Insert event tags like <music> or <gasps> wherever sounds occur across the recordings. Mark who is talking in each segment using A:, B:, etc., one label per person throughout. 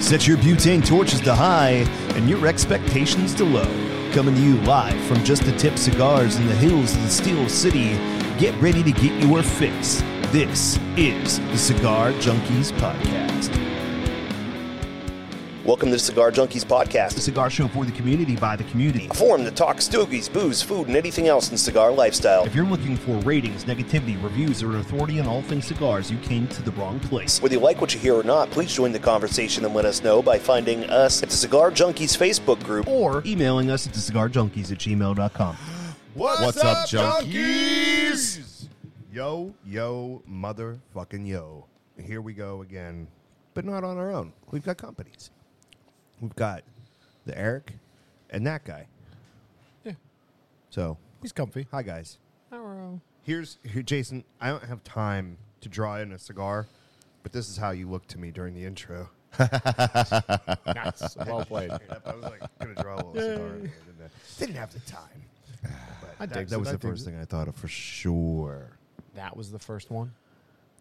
A: Set your butane torches to high and your expectations to low. Coming to you live from Just the Tip Cigars in the hills of the Steel City. Get ready to get your fix. This is the Cigar Junkies Podcast.
B: Welcome to the Cigar Junkies
A: The
B: podcast,
A: cigar show for the community by the community.
B: a forum that talks stogies, booze, food, and anything else in cigar lifestyle.
A: If you're looking for ratings, negativity, reviews, or authority on all things cigars, you came to the wrong place.
B: Whether you like what you hear or not, please join the conversation and let us know by finding us at the Cigar Junkies Facebook group.
A: Or emailing us at thecigarjunkies at gmail.com.
C: What's,
D: What's up,
C: up,
D: junkies?
C: junkies? Yo, yo, motherfucking yo. Here we go again, but not on our own. We've got companies. We've got the Eric and that guy.
E: Yeah.
C: So,
E: He's comfy.
C: hi guys.
E: Hello.
C: Here's here, Jason. I don't have time to draw in a cigar, but this is how you look to me during the intro. <laughs>
E: Nice. Well played.
C: I was like gonna draw a little cigar. In there, didn't, I? didn't have the time. But
E: <laughs> I
C: that,
E: digged
C: that
E: it.
C: was
E: I
C: the
E: digged
C: first
E: it.
C: thing I thought of for sure.
E: That was the first one.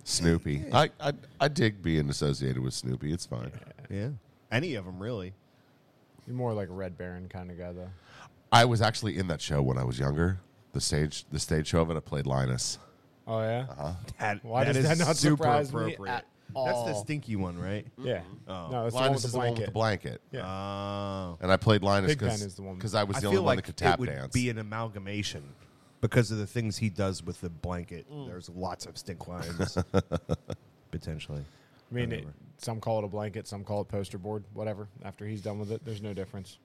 D: Snoopy. I, I I dig being associated with Snoopy. It's fine.
C: Yeah, any of them really.
E: You're more like a Red Baron kind of guy, though.
D: I was actually in that show when I was younger. The stage the stage show of it. I played Linus.
E: Oh, yeah?
C: Uh-huh. That,
E: Why does
C: is
E: that not
C: super
E: surprise me
C: appropriate.
E: at
C: That's the
E: all?
C: stinky one, right?
E: Yeah. Oh. No, it's
D: Linus
E: the
D: is the
E: one
D: one
E: with the Uh, blanket.
D: blanket.
E: Yeah.
C: Oh.
D: And I played Linus
E: Big Ben is the one.
D: because I was
C: I
D: the
C: feel
D: only one
C: like
D: that could tap
C: it would
D: dance.
C: be an amalgamation because of the things he does with the blanket. There's lots of stink
D: <laughs>
C: lines, potentially.
E: I mean, it,
C: Whatever.
E: some call it a blanket, some call it poster board, whatever. After he's done with it, there's no difference.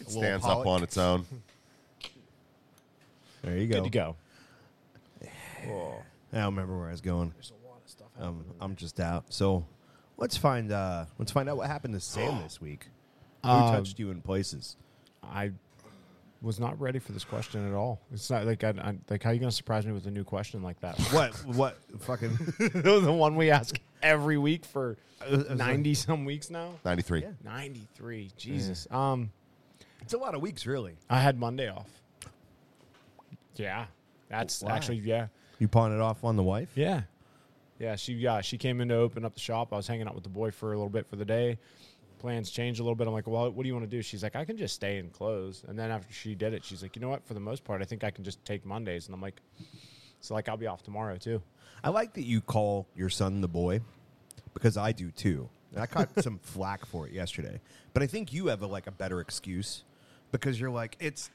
D: It stands up on
E: <laughs>
D: its own.
C: There you go.
E: Good to go.
C: I don't remember where I was going. There's a lot of stuff. Um, I'm just out. So let's find uh, let's find out what happened to Sam this week. Who touched you in places?
E: I was not ready for this question at all. It's not like I, I like how you gonna surprise me with a new question like that? <laughs>
C: What? What? Fucking.
E: the one we ask every week for
C: was like-
E: ninety some weeks now.
D: Ninety three.
C: Yeah.
E: Ninety three. Jesus. Um.
C: it's a lot of weeks, really.
E: I had Monday off. Yeah, that's
C: Why?
E: actually yeah,
C: <laughs> You pawn it off on the wife.
E: yeah, yeah. She yeah she came in to open up the shop. I was hanging out with the boy for a little bit for the day. Plans changed a little bit. I'm like, well, what do you want to do? She's like, I can just stay and close. And then after she did it, she's like, you know what? For the most part, I think I can just take Mondays. And I'm like, so like I'll be off tomorrow too.
C: I like that you call your son the boy because I do too. And I
E: <laughs>
C: caught some flack for it yesterday, but I think you have a, like a better excuse because you're like it's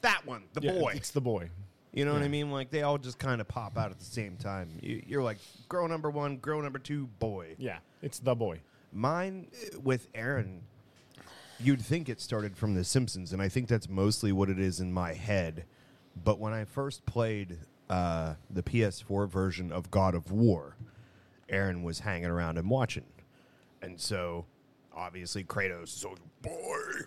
C: that one, the
E: Yeah,
C: boy.
E: it's the boy.
C: You know what I mean? Like they all just kind of pop out at the same time. You, you're like girl number one, girl number two, boy.
E: Yeah, it's the boy.
C: Mine uh, with Aaron, you'd think it started from The Simpsons, and I think that's mostly what it is in my head. But when I first played uh, the PS4 version of God of War, Aaron was hanging around and watching. And so, obviously, Kratos is like, boy.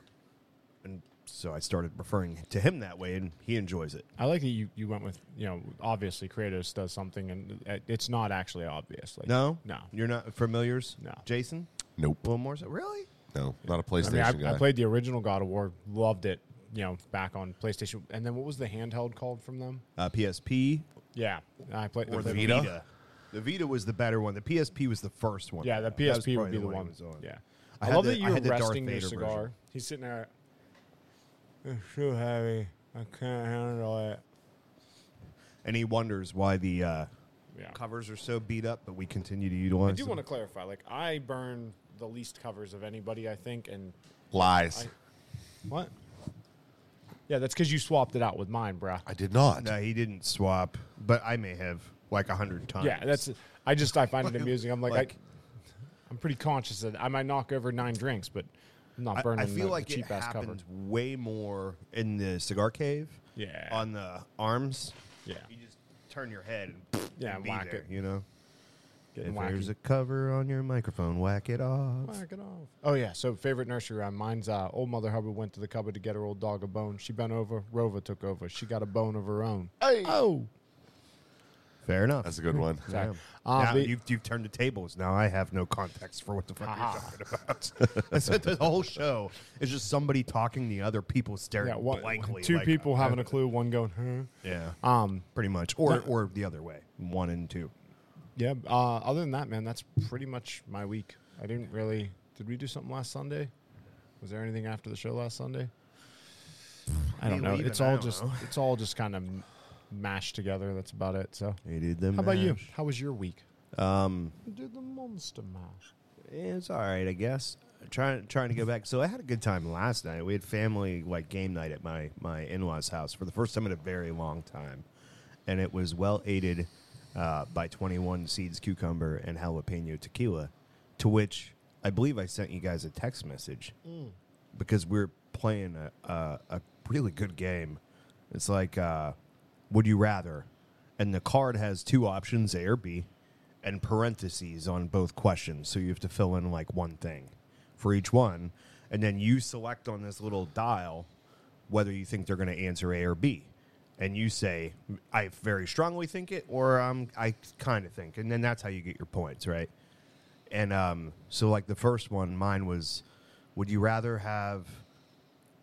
C: And so I started referring to him that way, and he enjoys it.
E: I like that you, you went with you know obviously Kratos does something and it- it's not actually obvious. Like
C: No?
E: no.
C: You're not familiars?
E: No.
C: Jason?
D: Nope.
C: One more? so- Really?
D: No, not a
E: I
D: PlayStation
E: mean,
D: guy.
E: I, I played the original God of War, loved it. You know, back on PlayStation, and then what was the handheld called from them?
C: Uh, PSP
E: Yeah, I played. I
C: or the
E: played-
C: Vita. The Vita was the better one. The PSP was the first one.
E: Yeah, the
C: That was
E: PSP would
C: probably
E: be the
C: he
E: one.
C: was on.
E: Yeah,
C: I
E: I,
C: had
E: love
C: the-
E: that
C: I
E: you're
C: had the Darth
E: resting your
C: Vader
E: cigar.
C: version.
E: He's sitting there. It's so heavy. I can't handle it.
C: And he wonders why the uh,
E: Yeah.
C: covers are so beat up, but we continue to
E: I
C: utilize.
E: do
C: them.
E: want to clarify. Like, I burn the least covers of anybody, I think, and
D: Lies.
E: what? Yeah, that's because you swapped it out with mine, bruh.
D: I, did not.
C: No, he didn't swap, but I may have like a hundred times.
E: Yeah, that's. I just I find it amusing. I'm like,
C: Like-
E: I, I'm pretty conscious that I might knock over nine drinks, but I'm
C: I,
E: not
C: I
E: burning.
C: feel
E: the,
C: like
E: the
C: it
E: cheap ass cover.
C: happened way more in the cigar cave.
E: Yeah.
C: On the arms.
E: Yeah,
C: You just turn your head and
E: Yeah,
C: and be
E: whack
C: there,
E: it.
C: You know.
E: getting
C: if
E: wacky.
C: there's a cover on your microphone, whack it off.
E: Whack it off. Oh yeah, so favorite nursery rhyme. Mine's uh, old mother Hubbard went to the cupboard to get her old dog a bone. She bent over. Rova took over. She got a bone of her own.
C: Uh,
D: Oh,
C: Fair enough.
D: that's a good one.
E: Sorry.
C: Damn.
E: Uh,
C: now
E: the-
C: you've, you've turned the tables. Now I have no context for what the fuck you're
E: Ha
C: talking about. <laughs> That's what the whole show is just somebody talking to the other people staring
E: yeah, one,
C: blankly.
E: two
C: like,
E: people
C: uh,
E: having a clue. One going, huh?
C: Yeah,
E: Um,
C: pretty much, or or the other way, one and two.
E: yeah. Uh, other than that, man, that's pretty much my week. I didn't really. Did we do something last Sunday? Was there anything after the show last Sunday? I don't
C: Me
E: know.
C: leaving,
E: It's
C: I
E: all
C: don't
E: just
C: know.
E: it's all just kind of mashed together. That's about it. So,
C: They did them.
E: how about you?
C: mash.
E: How was your week?
C: Um,
E: Did the monster mash?
C: Yeah, it's all right, I guess. Trying trying to go back. So I had a good time last night. We had family like game night at my my in laws house for the first time in a very long time, and it was well aided uh, by twenty one seeds cucumber and jalapeno tequila, to which I believe I sent you guys a text message because we're playing a, a a really good game. It's like uh, would you rather, and the card has two options A or B and parentheses on both questions. So you have to fill in like one thing for each one. And then you select on this little dial whether you think they're going to answer A or B. And you say, I very strongly think it, or um, I kind of think. And then that's how you get your points, right? And um, so, like the first one, mine was Would you rather have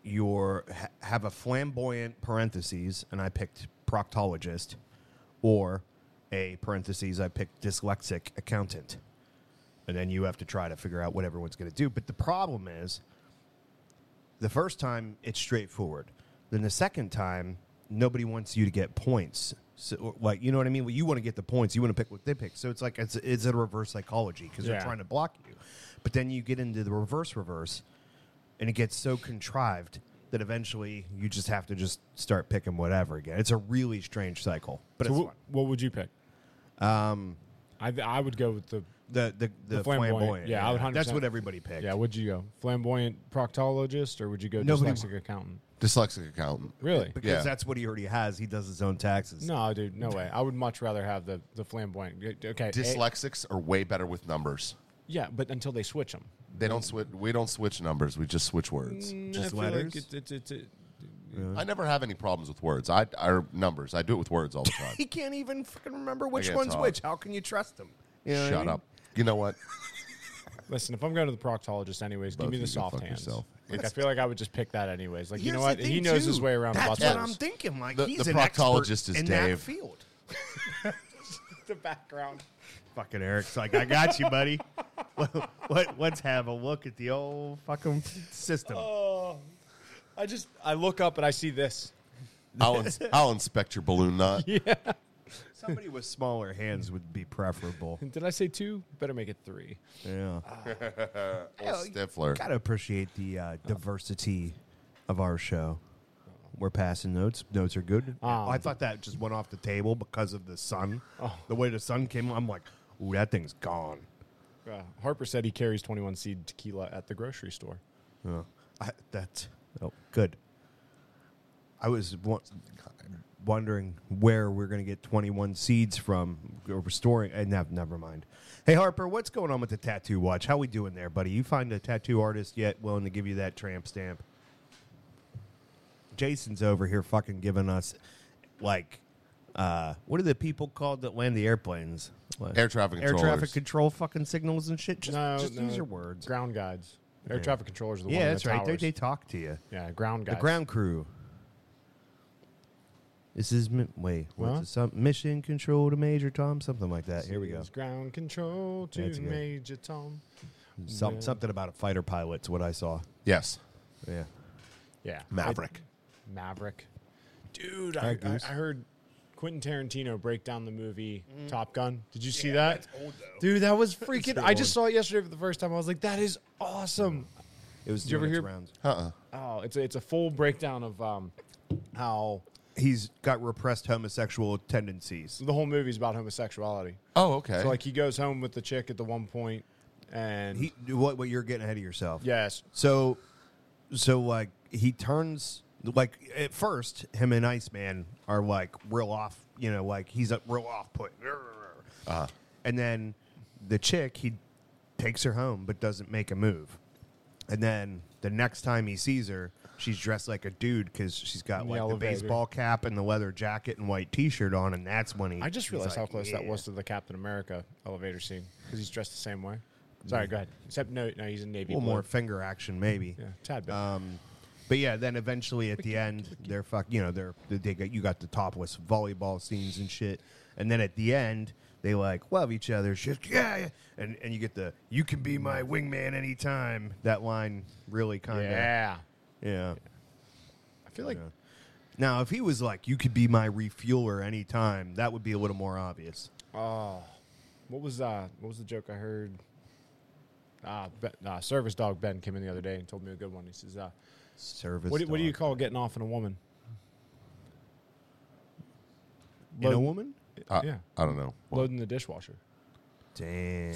C: your ha- have a flamboyant parentheses and I picked proctologist or a parentheses I picked dyslexic accountant. And then you have to try to figure out what everyone's going to do. But the problem is the first time it's straightforward. Then the second time nobody wants you to get points. So or, like you know what I mean? Well, you want to get the points, you want to pick what they pick. So it's like it's it's a reverse psychology because they're
E: Yeah.
C: trying to block you. But then you get into the reverse reverse and it gets so contrived that eventually you just have to just start picking whatever again. It's a really strange cycle, but
E: So
C: it's
E: wh-
C: fun.
E: what would you pick? Um, I I would go with the
C: The the, the,
E: The flamboyant,
C: flamboyant,
E: yeah, I would 100%.
C: that's what everybody picked.
E: yeah. Would you go flamboyant proctologist or would you go
C: Nobody-
E: dyslexic accountant?
D: Dyslexic accountant.
E: Really?
C: because
D: Yeah.
C: that's what he already has. He does his own taxes.
E: No, dude, no way. I would much rather have the the flamboyant. Okay, A-
D: Dyslexics are way better with numbers.
E: yeah, but until they switch them,
D: They don't switch. We don't switch numbers. We just switch words.
E: Mm.
C: Just letters?
E: it's, it's, it's, it-
D: I never have any problems with words. I or numbers. I do it with words all the time.
C: <laughs> he can't even fucking remember which
D: it's
C: one's
D: hard.
C: which. How can you trust him? <laughs> You know what I
D: Shut
C: mean?
D: up. You know what?
E: listen, if I'm going to the proctologist anyways, give
D: Both
E: me
D: of
E: the
D: you go
E: soft
D: fuck
E: hands.
D: yourself.
E: Like, I
D: It's-
E: feel like I would just pick that anyways. Like, you know
C: Here's
E: what?
C: the
E: He
C: thing,
E: knows his
C: too.
E: way around
C: That's
E: butts.
C: what
E: first.
C: I'm thinking. Like
D: The-
C: he's
D: the
C: an expert
D: proctologist is
C: in that <laughs>
D: Dave.
C: field.
E: the background.
C: Fucking Eric's like, I got you, buddy. <laughs> Let- let, let's have a look at the old fucking system.
E: I just I look up and I see this.
C: <laughs>
D: I'll, ins- I'll inspect your balloon nut.
C: Somebody with smaller hands would be preferable.
E: Did I say two? Better make it three.
C: Yeah.
D: Old
C: Oh,
D: Stifler.
C: Gotta appreciate the uh, diversity of our show. We're passing notes. Notes are good. I thought that just went off the table because of the sun. The way the sun came, I'm like, ooh, that thing's gone.
E: Uh, Harper said he carries 21 seed tequila at the grocery store.
C: Yeah. I, that's oh, good. I was wa- wondering where we're going to get 21 seeds from. Or restoring. Uh, nev- never mind. Hey, Harper, what's going on with the tattoo watch? How we doing there, buddy? You find a tattoo artist yet willing to give you that tramp stamp? Jason's over here fucking giving us, like, uh, what are the people called that land the airplanes? What?
D: Air traffic
C: Air traffic
D: controllers.
C: control fucking signals and shit. Just, just use your words.
E: Ground guides. Air
C: Yeah.
E: traffic controllers are the one
C: Yeah,
E: in
C: that's
E: the
C: right. They,
E: towers.
C: they talk to you.
E: yeah, ground guides.
C: The ground crew. This is mi- wait, what's
E: Huh?
C: it? Some mission control to Major Tom, something like that. Here we go.
E: It's Ground control to
C: That's good.
E: Major Tom.
C: Some, Something about a fighter pilot's what I saw.
D: Yes.
C: Yeah.
E: Yeah.
D: Maverick.
E: I- Maverick. Dude, I,
C: Alright,
E: I,
C: Goose.
E: I heard Quentin Tarantino break down the movie Top Gun. Did you see that? Dude,
C: <laughs>
E: that was freaking. I just saw it yesterday for the first time. I was like, that is awesome.
C: It was
E: Did you
C: doing
E: ever
C: its
E: hear-
C: rounds.
D: Uh-uh.
E: Oh, it's a, it's a full breakdown of um, how
C: He's got repressed homosexual tendencies.
E: the whole movie's about homosexuality.
D: Oh, okay.
E: So like he goes home with the chick at the one point, and
C: He what what you're getting ahead of yourself.
E: yes,
C: So, so like he turns like at first him and Iceman are like real off, you know, like he's a real off put. And then the chick he takes her home but doesn't make a move. And then the next time he sees her, she's dressed like a dude because she's got
E: In the
C: like the,
E: elevator.
C: baseball cap and the leather jacket and white T-shirt on, and that's when he.
E: I just
C: he's
E: realized
C: like,
E: how close that
C: "Yeah."
E: was to the Captain America elevator scene because he's dressed the same way. Sorry, go ahead. Except no, no, he's in navy.
C: A little
E: blue.
C: Mm-hmm. more finger action, maybe.
E: yeah, tad bit.
C: Um, but yeah, then eventually at the end, they're fuck. You know, they're they got you got the topless volleyball scenes and shit, and then at the end, They like love each other. She's yeah, yeah, and and you get the you can be my wingman anytime. That line really kind of
E: Yeah.
C: yeah.
E: I feel like
C: Yeah. Now, if he was like, you could be my refueler anytime, that would be a little more obvious.
E: Oh, what was uh, what was the joke I heard? Ah, ben, uh, service dog Ben came in the other day and told me a good one. He says, uh,
C: Service.
E: what, do, what do you
C: dog.
E: call getting off on a woman?
C: In a
E: Load-
C: woman?
D: I,
E: yeah.
D: I don't know. Well,
E: Loading the dishwasher.
C: Damn.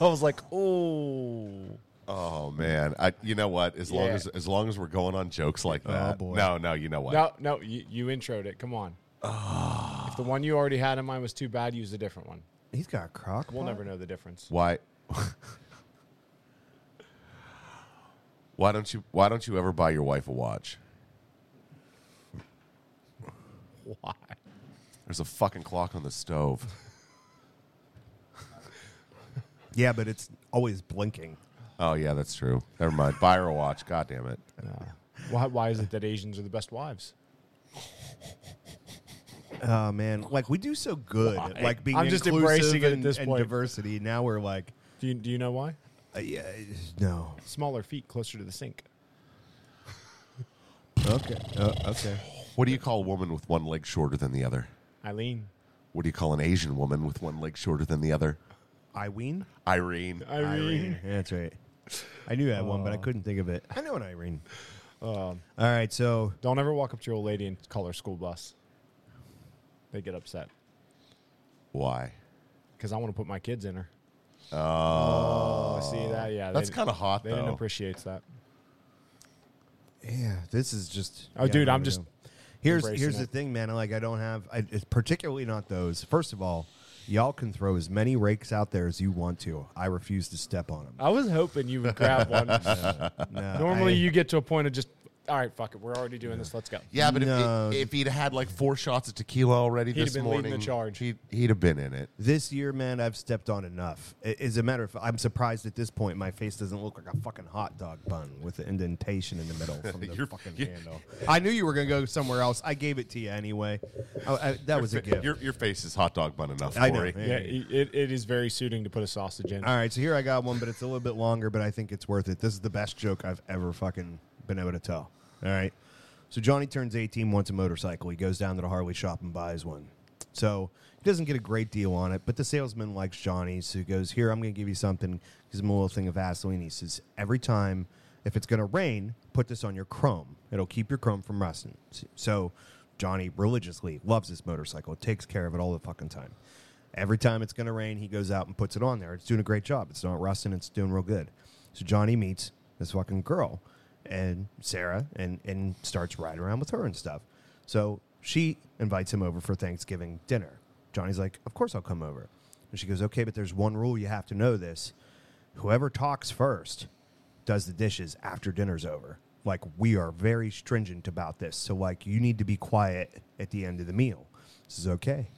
E: I was like, oh.
D: oh man, I, you know what? As long
E: Yeah.
D: as as long as we're going on jokes like
C: Oh,
D: that,
C: boy.
D: no, no, you know what?
E: No, no, you, you introed it. Come on. If the one you already had in mind was too bad, use a different one.
C: He's got a crock.
E: We'll
C: pot?
E: never know the difference.
D: Why? why don't you Why don't you ever buy your wife a watch?
E: Why?
D: There's a fucking clock on the stove.
C: Yeah, but it's always blinking.
D: Oh yeah, that's true. Never mind. Buy her a watch. God damn it.
E: Uh, why? Why is it that Asians are the best wives?
C: Oh man, like we do so good, at, like being
E: I'm just
C: inclusive
E: embracing it at
C: and-
E: this
C: and
E: point.
C: diversity. Now we're like,
E: Do you, do you know why?
C: uh, yeah, it's- no,
E: Smaller feet closer to the sink.
C: okay, uh, okay.
D: What do you call a woman with one leg shorter than the other?
E: Eileen.
D: What do you call an Asian woman with one leg shorter than the other?
C: Irene,
D: Irene.
C: Irene, Yeah, that's right. I knew I had one, but I couldn't think of it. I know an Irene. All right, so
E: Don't ever walk up to your old lady and call her school bus. They get upset
D: Why?
E: because I want to put my kids in her. Oh, see that? Yeah,
D: That's kind of hot
E: They didn't
D: though.
E: appreciate that.
C: Yeah, this is just.
E: Oh,
C: yeah,
E: dude,
C: I
E: I'm
C: don't
E: just
C: know. Here's
E: embracing
C: here's the
E: it.
C: thing, man. Like, I don't have, I, it's particularly not those. First of all, y'all can throw as many rakes out there as you want to. I refuse to step on
E: <laughs>
C: them.
E: I was hoping you would grab
C: <laughs>
E: one.
C: No,
E: Normally,
C: I-
E: you get to a point of just, all right, fuck it, we're already doing this. Let's go.
D: yeah, but
C: No.
D: if, if he'd had like four shots of tequila already
E: He'd have
D: this
E: been leading
D: morning,
E: the charge.
D: He'd, he'd have been in it.
C: This year, man, I've stepped on enough. A- As a matter of fact, I'm surprised at this point my face doesn't look like a fucking hot dog bun with the indentation in the middle from the
D: Your-
C: fucking
D: your-
C: handle. I knew you were going to go somewhere else. I gave it to you anyway. Oh, I, that was a gift.
D: Your, your face is hot dog bun enough,
C: I know,
D: Corey.
C: man.
E: Yeah, it, it- it is very suiting to put a sausage in.
C: All right, so here I got one, but it's a little bit longer, but I think it's worth it. This is the best joke I've ever fucking been able to tell. All right. So Johnny turns 18, wants a motorcycle. He goes down to the Harley shop and buys one. So he doesn't get a great deal on it, but the salesman likes Johnny, so he goes, Here, I'm going to give you something. Gives him a little thing of Vaseline. He says, Every time, if it's going to rain, put this on your chrome. It'll keep your chrome from rusting. So Johnny religiously loves his motorcycle, takes care of it all the fucking time. Every time it's going to rain, he goes out and puts it on there. It's doing a great job. It's not rusting. It's doing real good. So Johnny meets this fucking girl and Sarah and, and starts riding around with her and stuff. So she invites him over for Thanksgiving dinner. Johnny's like, Of course I'll come over. And she goes, Okay, but there's one rule you have to know this. Whoever talks first does the dishes after dinner's over. Like, we are very stringent about this. So, like, you need to be quiet at the end of the meal. This is okay.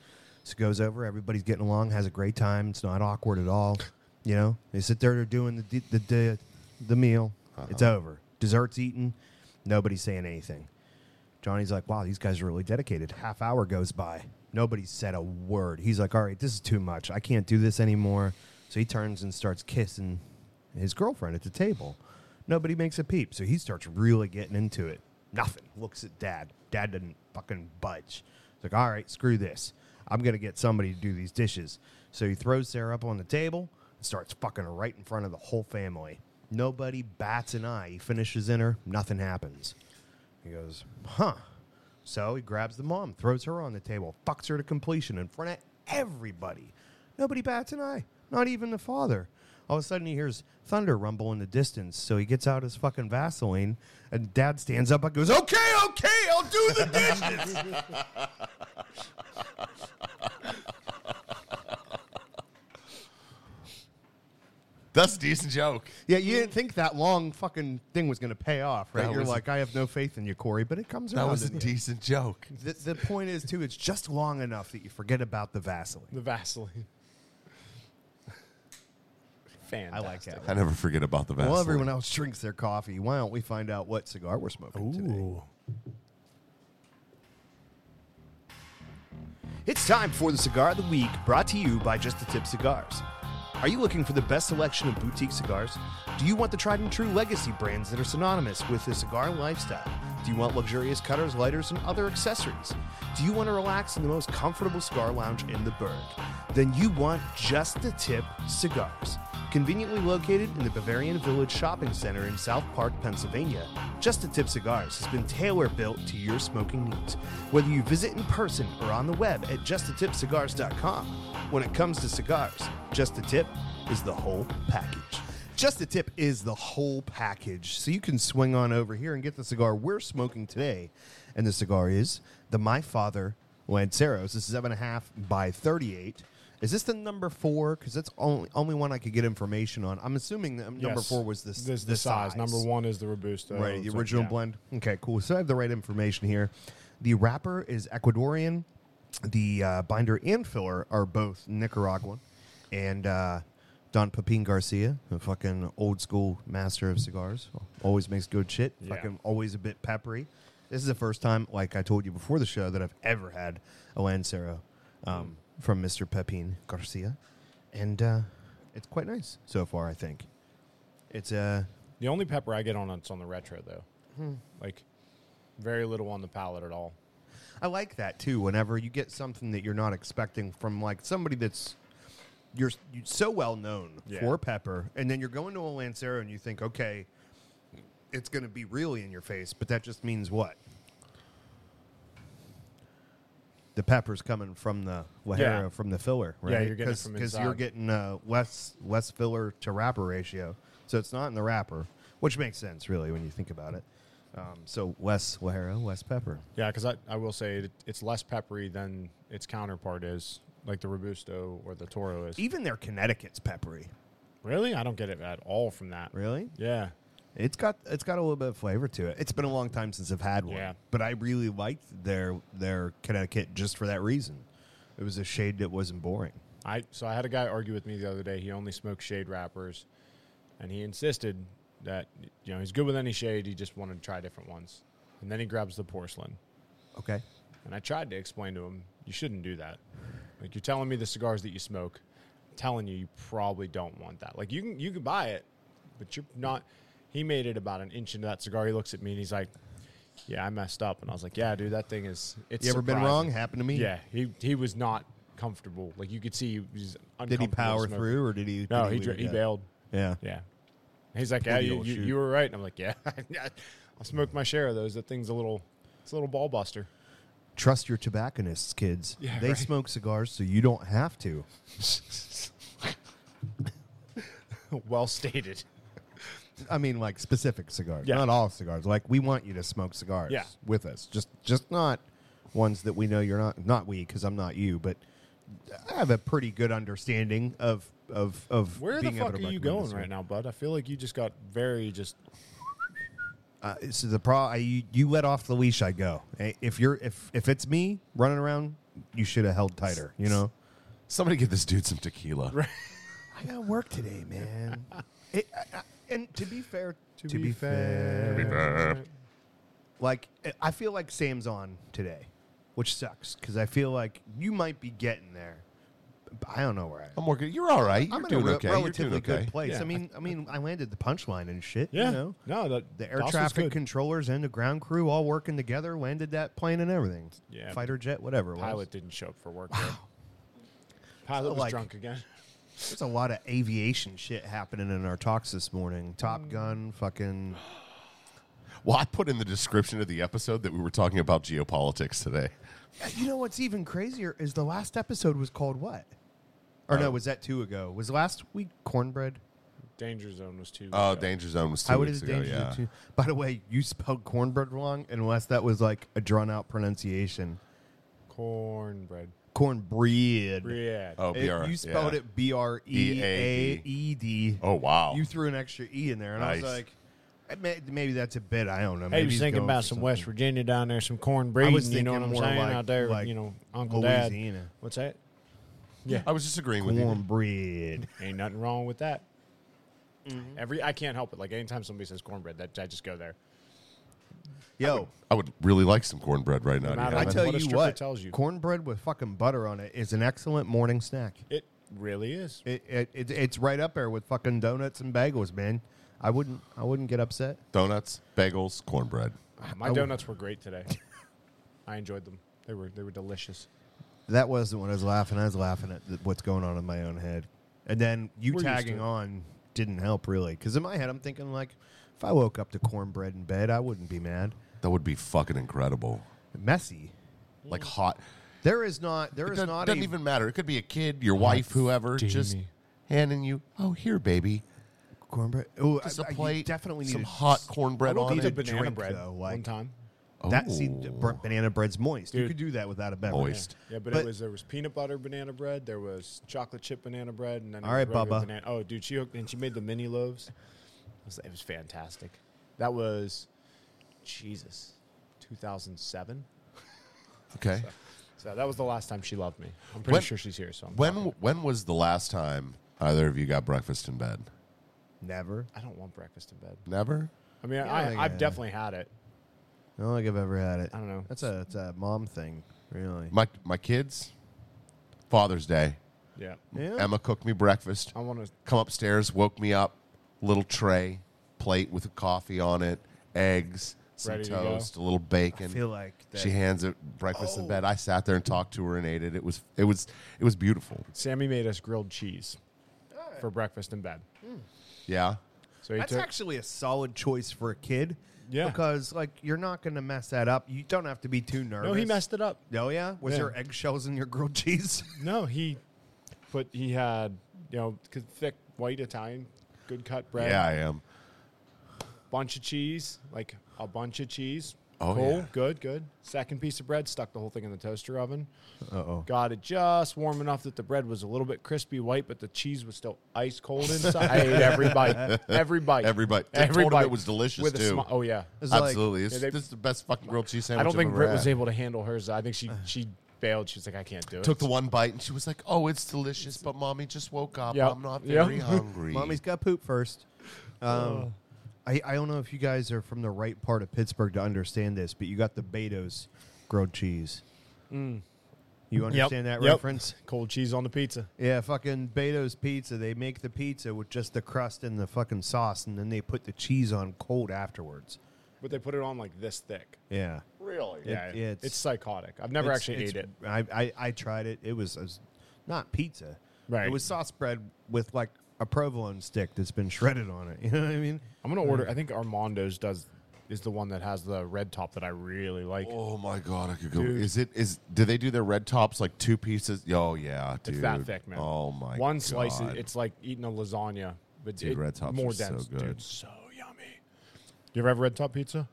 C: So, goes over. Everybody's getting along, has a great time. It's not awkward at all. You know, they sit there, they're doing the, di- the, the, the meal. It's over. Dessert's eaten. Nobody's saying anything. Johnny's like, wow, these guys are really dedicated. Half hour goes by. Nobody said a word. He's like, all right, this is too much. I can't do this anymore. So he turns and starts kissing his girlfriend at the table. Nobody makes a peep. So he starts really getting into it. Nothing. Looks at dad. Dad doesn't fucking budge. He's like, all right, screw this. I'm going to get somebody to do these dishes. So he throws Sarah up on the table and starts fucking her right in front of the whole family. Nobody bats an eye. He finishes in her. Nothing happens. He goes, huh. So he grabs the mom, throws her on the table, fucks her to completion in front of everybody. Nobody bats an eye, not even the father. All of a sudden, he hears thunder rumble in the distance. So he gets out his fucking Vaseline, and dad stands up and goes, Okay, okay, I'll do the dishes.
D: That's a decent joke.
C: <laughs> yeah, you didn't think that long fucking thing was going to pay off, right?
D: That
C: You're
D: was-
C: like, I have no faith in you, Corey, but it comes
D: That
C: around.
D: was a
C: in the end.
D: decent joke.
C: The, the point is, too, it's just long enough that you forget about the Vaseline.
E: The Vaseline. <laughs> Fantastic.
C: that one.
D: I never forget about the Vaseline.
C: While everyone else drinks their coffee, why don't we find out what cigar we're smoking today?
A: It's time for the Cigar of the Week, brought to you by Just the Tip Cigars. Are you looking for the best selection of boutique cigars? Do you want the tried and true legacy brands that are synonymous with the cigar lifestyle? Do you want luxurious cutters, lighters, and other accessories? Do you want to relax in the most comfortable cigar lounge in the burg? Then you want Just the Tip Cigars. Conveniently located in the Bavarian Village Shopping Center in South Park, Pennsylvania, Just a Tip Cigars has been tailor built to your smoking needs. Whether you visit in person or on the web at justatipcigars.com, when it comes to cigars, Just a Tip is the whole package.
C: Just a tip is the whole package. So you can swing on over here and get the cigar we're smoking today. And the cigar is the My Father Lanceros. This is 7.5 by 38. Is this the number four? Because that's only only one I could get information on. I'm assuming that number
E: Yes.
C: four was this,
E: This is the, size. Number one is the robusto.
C: Right, the
E: So,
C: original
E: yeah.
C: blend. Okay, cool. So I have the right information here. The wrapper is Ecuadorian. The uh, binder and filler are both Nicaraguan. And uh, Don Pepin Garcia, a fucking old school master of cigars, always makes good shit.
E: Yeah.
C: Fucking always a bit peppery. This is the first time, like I told you before the show, that I've ever had a Lancero um, from Mr. Pepin Garcia. And uh, it's quite nice so far, I think. It's a. Uh,
E: The only pepper I get on it's on the retro though. Like very little on the palate at all.
C: I like that too. Whenever you get something that you're not expecting from like somebody that's you're, you so well known
E: Yeah.
C: for pepper, and then you're going to a Lancero and you think, okay, it's going to be really in your face, but that just means what? The pepper's coming from the Lajero,
E: Yeah.
C: from the filler, right?
E: Yeah, you're getting it from
C: because
E: inside.
C: you're getting uh, less less filler to wrapper ratio, so it's not in the wrapper, which makes sense really when you think about it. Um, so less Lajero, less pepper.
E: Yeah, because I, I will say it, it's less peppery than its counterpart is, like the robusto or the toro is.
C: Even their Connecticut's peppery.
E: Really, I don't get it at all from that.
C: Really?
E: Yeah.
C: It's got it's got a little bit of flavor to it. It's been a long time since I've had one.
E: Yeah.
C: But I really liked their their Connecticut just for that reason. It was a shade that wasn't boring.
E: I so I had a guy argue with me the other day. He only smoked shade wrappers, and he insisted that you know he's good with any shade. He just wanted to try different ones. And then he grabs the porcelain,
C: Okay.
E: and I tried to explain to him you shouldn't do that. Like you're telling me the cigars that you smoke, I'm telling you you probably don't want that. Like you can you can buy it, but you're not. He made it about an inch into that cigar. He looks at me and he's like, "Yeah, I messed up." And I was like, "Yeah, dude, that thing is it's
C: You ever been
E: surprising."
C: wrong? Happened to me?
E: Yeah, he he was not comfortable. Like you could see, he
C: Did
E: was
C: he
E: uncomfortable
C: power
E: smoking.
C: through or did he
E: No,
C: did
E: he
C: leave
E: dr-
C: it
E: he
C: go?
E: bailed.
C: Yeah.
E: Yeah, he's like, yeah,
C: Bloody
E: you,
C: old
E: you,
C: shoot.
E: you were right. And I'm like, yeah, <laughs> I'll smoke my share of those. That thing's a little, it's a little ball buster.
C: Trust your tobacconists, kids.
E: Yeah,
C: they
E: right.
C: smoke cigars so you don't have to.
E: well stated.
C: I mean like specific cigars.
E: Yeah.
C: Not all cigars. Like we want you to smoke cigars
E: Yeah.
C: with us. Just just not ones that we know you're not not we because I'm not you, but I have a pretty good understanding of of of
E: Where the
C: being able
E: fuck are
C: to
E: you
C: recommend
E: going
C: this
E: right
C: one.
E: now, bud? I feel like you just got very just.
C: Uh, this is the pro. I, you, you let off the leash. I go. Eh, If you're if if it's me running around, you should have held tighter. You know.
D: Somebody get this dude some tequila.
C: I got to work today, man. <laughs> it, I, I- and to be fair, to,
E: be
C: fair,
D: fair.
C: like I- I feel like Sam's on today, which sucks because I feel like you might be getting there. But I don't know where I. am
D: I'm working. You're all right. You're
C: I'm in a
D: doing
C: re-
D: okay.
C: relatively
D: You're doing okay.
C: good place.
E: Yeah.
C: I mean, I mean, I landed the punchline and shit.
E: Yeah.
C: You know?
E: No, the,
C: The air traffic controllers and the ground crew all working together landed that plane and everything.
E: Yeah.
C: Fighter jet, whatever. it was.
E: pilot didn't show up for work. Wow. Pilot
C: So,
E: was
C: like-
E: drunk again. <laughs>
C: There's a lot of aviation shit happening in our talks this morning. Top Gun, fucking.
D: Well, I put in the description of the episode that we were talking about geopolitics today.
C: eh, You know what's even crazier is the last episode was called what? Or
D: Oh.
C: no, was that two ago? Was last week cornbread?
E: Danger zone was too.
D: Oh, Danger Zone was two
C: I would
D: weeks
C: have
D: ago.
C: dangerous.
D: Yeah.
C: Two. By the way, you spelled cornbread wrong, unless that was like a drawn out pronunciation.
E: cornbread.
C: Cornbread.
E: Bread.
D: Oh,
C: It-
D: BR,
C: you spelled
D: yeah.
C: it B R E A E D.
D: Oh wow.
C: You threw an extra E in there, and I was
D: Nice.
C: like, eh, may- maybe that's a bit. I don't know.
E: Hey,
C: Maybe
E: you was
C: he's
E: thinking
C: going
E: about
C: for
E: some
C: something.
E: West Virginia down there, some corn breeding. you know what
C: thinking
E: I'm
C: more
E: saying
C: like-
E: out there.
C: like
E: you know, Uncle Dad.
C: Louisiana.
E: What's that?
D: I was just agreeing with
E: <laughs>
D: you.
C: Cornbread.
E: Ain't nothing wrong with that. Every I can't help it. Like anytime somebody says cornbread, that I just go there.
C: Yo,
D: I would really like some cornbread right now. Do you
E: matter
D: have
C: I
E: what
D: it?
C: tell
E: a
C: you
E: stripper
C: what,
E: tells you.
C: cornbread with fucking butter on it is an excellent morning snack.
E: It really is.
C: It, it, it it's right up there with fucking donuts and bagels, man. I wouldn't I wouldn't get upset.
D: Donuts, bagels, cornbread.
E: My donuts were
C: <laughs>
E: great today. I enjoyed them. They were they were delicious.
C: That wasn't what I was laughing. I was laughing at th- what's going on in my own head. And then you
E: We're used to
C: tagging
E: it.
C: on didn't help really, because in my head I'm thinking like, if I woke up to cornbread in bed, I wouldn't be mad.
D: That would be fucking incredible.
C: Messy.
D: Like hot.
C: There is not. There
D: It
C: is
D: doesn't,
C: not.
D: doesn't
C: a-
D: even matter. It could be a kid, your wife, whoever, just
E: Jamie.
D: handing you, oh, here, baby.
C: cornbread. Oh,
D: Just
C: I-
D: a
C: I- you
D: plate,
C: definitely need
D: some
C: a-
D: hot cornbread
C: I would
D: on
C: need
D: it.
C: a
E: Did banana
C: drink,
E: bread
C: though,
E: one
C: like-
E: time.
C: That see,
D: Oh.
C: br- banana bread's moist. You
E: Dude.
C: could do that without a beverage.
D: Moist.
E: Yeah, but,
C: But-
E: it was there was peanut butter banana bread, there was chocolate chip banana bread, and then there
C: All
E: was
C: right,
E: regular
C: Bubba.
E: Banana. Oh, dude, she hooked and she made the mini loaves. It was, it was fantastic. That was Jesus, 2007.
D: Okay.
E: So that was the last time she loved me. I'm pretty
D: When-
E: sure she's here. So I'm
D: When
E: talking-
D: when was the last time either of you got breakfast in bed?
C: Never.
E: I don't want breakfast in bed.
D: Never?
E: I mean,
C: Yeah,
E: I,
C: yeah.
E: I've definitely had it.
C: I don't think I've ever had it.
E: I don't know.
C: That's a that's a mom thing, really.
D: My my kids, Father's Day.
E: Yeah,
C: Yeah.
D: Emma cooked me breakfast.
E: I want to.
D: Come upstairs, woke me up, little tray, plate with coffee on it, eggs, some
E: Ready to go.
D: toast, a little bacon.
C: I feel like that, Oh.
D: She hands it breakfast in bed. I sat there and talked to her and ate it. It was it was it was beautiful.
E: Sammy made us grilled cheese for breakfast in bed.
D: Yeah.
E: So he
C: that's
E: took.
C: actually a solid choice for a kid.
E: Yeah.
C: Because like you're not gonna mess that up. You don't have to be too nervous.
E: no, he messed it up.
C: Oh yeah. Was
E: Yeah.
C: there eggshells in your grilled cheese? <laughs>
E: No, he put he had you know c- thick white Italian, good cut bread,
D: Yeah, I am.
E: bunch of cheese, like a bunch of cheese.
D: Oh,
E: cool,
D: yeah.
E: good, good. Second piece of bread, stuck the whole thing in the toaster oven.
C: uh oh.
E: Got it just warm enough that the bread was a little bit crispy white, but the cheese was still ice
D: <laughs>
E: cold inside. I ate every bite, every bite,
D: Every bite. I
E: every
D: told him
E: bite
D: it was delicious,
E: with a
D: too.
E: smi- oh yeah,
C: like-
D: Absolutely.
E: Yeah,
D: It's
E: they-
D: this is the best fucking grilled cheese sandwich.
E: I don't think
D: I've
E: Britt
D: ever
E: was
D: had.
E: able to handle hers. I think she
D: <sighs>
E: she bailed. She was like, I can't do it.
D: Took the one bite and she was like, "Oh, it's delicious," but mommy just woke up.
E: Yep.
D: I'm not
E: Yep. <laughs>
D: very hungry.
C: Mommy's got poop first.
E: Oh.
C: Um, I, I don't know if you guys are from the right part of Pittsburgh to understand this, but you got the Beto's grilled cheese. You understand that
E: Mm. yep.
C: reference?
E: cold cheese on the pizza.
C: Yeah, fucking Beto's Pizza. They make the pizza with just the crust and the fucking sauce, and then they put the cheese on cold afterwards.
E: But they put it on like this thick.
C: Yeah.
D: really.
E: Yeah,
C: It-
E: it's,
C: it's-
E: psychotic. I've never
C: It's-
E: actually
C: it's-
E: ate it.
C: I, I, I tried it. It was, it was not pizza.
E: Right.
C: It was sauce bread with like a provolone stick that's been shredded on it. <laughs> You know what I mean?
E: I'm gonna order. I think Armando's does is the one that has the red top that I really like.
D: Oh my god, I could go.
E: Dude.
D: Is it is? Do they do their red tops like two pieces? Oh yeah, dude.
E: it's that thick, man.
D: Oh my.
E: One slice,
D: God.
E: it- it's like eating a lasagna. But
D: Dude,
E: it-
D: red tops
E: more
D: are so
E: dense,
D: good.
E: dude. So yummy. You ever have red top pizza?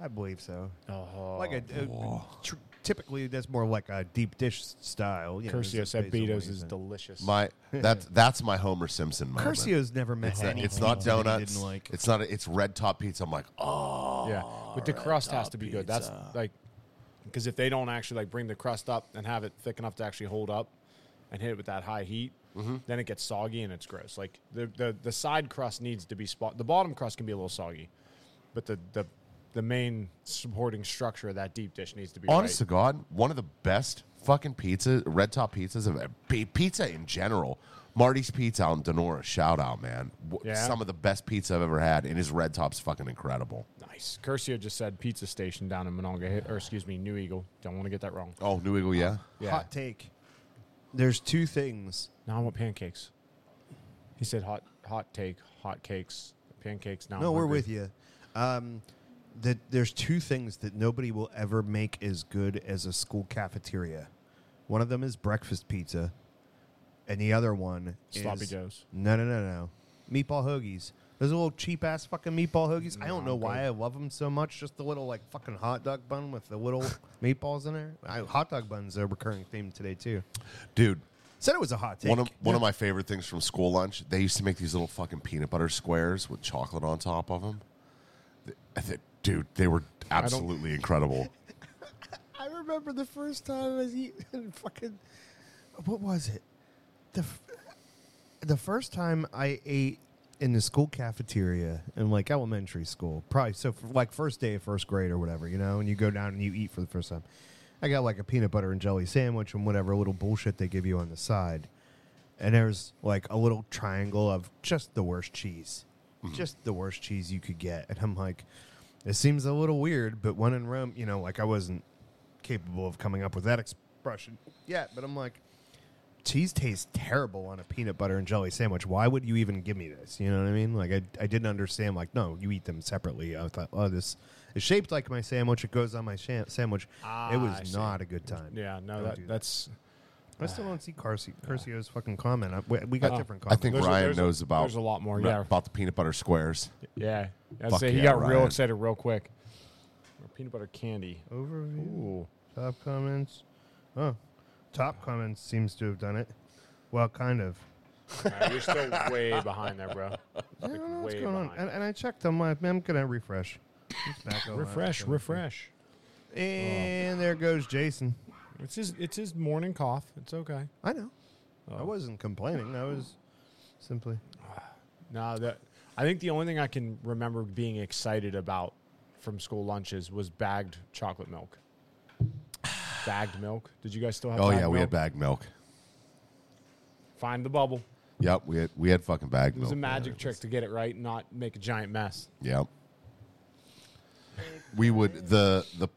C: I believe so.
E: Oh,
C: Like a, a tr- typically that's more like a deep dish style. You know,
E: Curcios
C: there's
E: at
C: a basil
E: Beto's
C: wings
E: is
C: and-
E: delicious.
D: my that's that's my Homer Simpson moment.
C: Curcio's never met
D: It's, that-
C: anything
D: it's not
C: that he
D: donuts.
C: Didn't like.
D: It's not. A, it's red top pizza. I'm like, oh.
E: yeah, but the
D: red
E: crust has
D: top
E: to be good. That's
D: pizza.
E: like because if they don't actually like bring the crust up and have it thick enough to actually hold up and hit it with that high heat,
C: Mm-hmm.
E: then it gets soggy and it's gross. Like the the, the side crust needs to be spot. The bottom crust can be a little soggy, but the the the main supporting structure of that deep dish needs to be
D: Honest
E: right.
D: to God, one of the best fucking pizza, red top pizzas of p- pizza in general. Marty's Pizza out in Denora, shout out, man. W-
E: Yeah?
D: Some of the best pizza I've ever had, and his red top's fucking incredible.
E: Nice. Curcio just said pizza station down in Monongah, or excuse me, New Eagle. Don't want to get that wrong.
D: Oh, New Eagle, yeah.
E: Yeah.
C: Hot take. There's two things.
E: Now I want pancakes. He said hot hot take, hot cakes, pancakes. Now I'm
C: No, we're
E: hungry.
C: with you. Um, that there's two things that nobody will ever make as good as a school cafeteria. One of them is breakfast pizza, and the other one
E: Sloppy
C: is,
E: Joes.
C: No, no, no, no, meatball hoagies. Those little cheap ass fucking meatball hoagies. I don't know why I love them so much. Just the little like fucking hot dog bun with the little meatballs in there. I, hot dog bun's a recurring theme today too.
D: Dude,
C: Said it was a hot take.
D: one of one of my favorite things from school lunch, they used to make these little fucking peanut butter squares with chocolate on top of them. dude, they were absolutely incredible.
C: I remember the first time I was <laughs> eating fucking. What was it? The f- the first time I ate in the school cafeteria in like elementary school, probably so for like first day of first grade or whatever, you know, and you go down and you eat for the first time. I got like a peanut butter and jelly sandwich and whatever little bullshit they give you on the side. And there's like a little triangle of just the worst cheese.
E: Mm-hmm.
C: Just the worst cheese you could get. And I'm like, it seems a little weird, but when in Rome, you know, like I wasn't capable of coming up with that expression yet, but I'm like, cheese tastes terrible on a peanut butter and jelly sandwich. Why would you even give me this? You know what I mean? Like, I, I didn't understand. Like, no, you eat them separately. I thought, oh, this is shaped like my sandwich. It goes on my shan- sandwich.
E: Ah,
C: it
E: I
C: was
E: see.
C: not a good time.
E: Yeah, no,
C: Don't
E: that,
C: do that.
E: that's
C: I still don't see Carcio, Carcio's fucking comment. I, we, we got
E: Uh,
C: different
D: I
C: comments.
D: think
E: There's a-
D: Ryan
E: there's a-
D: knows about
E: there's a lot more,
D: kn-
E: yeah.
D: about the peanut butter squares.
E: yeah. I'd
D: Fuck
E: say he
D: yeah,
E: got real
D: Ryan.
E: excited real quick. Peanut butter candy.
C: Overview.
E: Ooh.
C: Top comments. Oh, top comments seems to have done it. Well, kind of.
E: <laughs> Nah, you're still way behind there, bro.
C: I don't know what's
E: way
C: going on.
E: behind.
C: And, and I checked on my. I'm gonna refresh. It's back online.
E: Refresh, refresh. Oh.
C: And there goes Jason.
E: It's his it's his morning cough. It's okay.
C: I know.
E: Oh.
C: I wasn't complaining. I was simply.
E: No, that I think the only thing I can remember being excited about from school lunches was bagged chocolate milk. bagged milk. Did you guys still have?
D: Oh
E: bagged
D: yeah, we had
E: milk?
D: bag milk.
E: Find the bubble.
D: Yep, we had we had fucking bag
E: It
D: milk.
E: was a magic trick to get it right, and not make a giant mess.
D: Yep. We would the the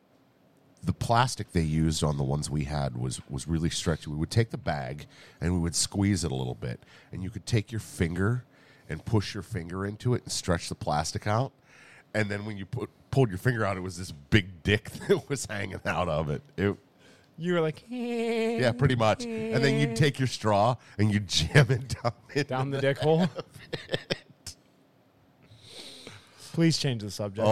D: the plastic they used on the ones we had was was really stretchy. We would take the bag and we would squeeze it a little bit, and you could take your finger and push your finger into it and stretch the plastic out. And then when you put, pulled your finger out, it was this big dick <laughs> that was hanging out of it. It
E: You were like, <laughs> yeah,
D: yeah, pretty much. And then you'd take your straw and you'd jam it <laughs> down. It.
E: down the dick hole. Please change the subject.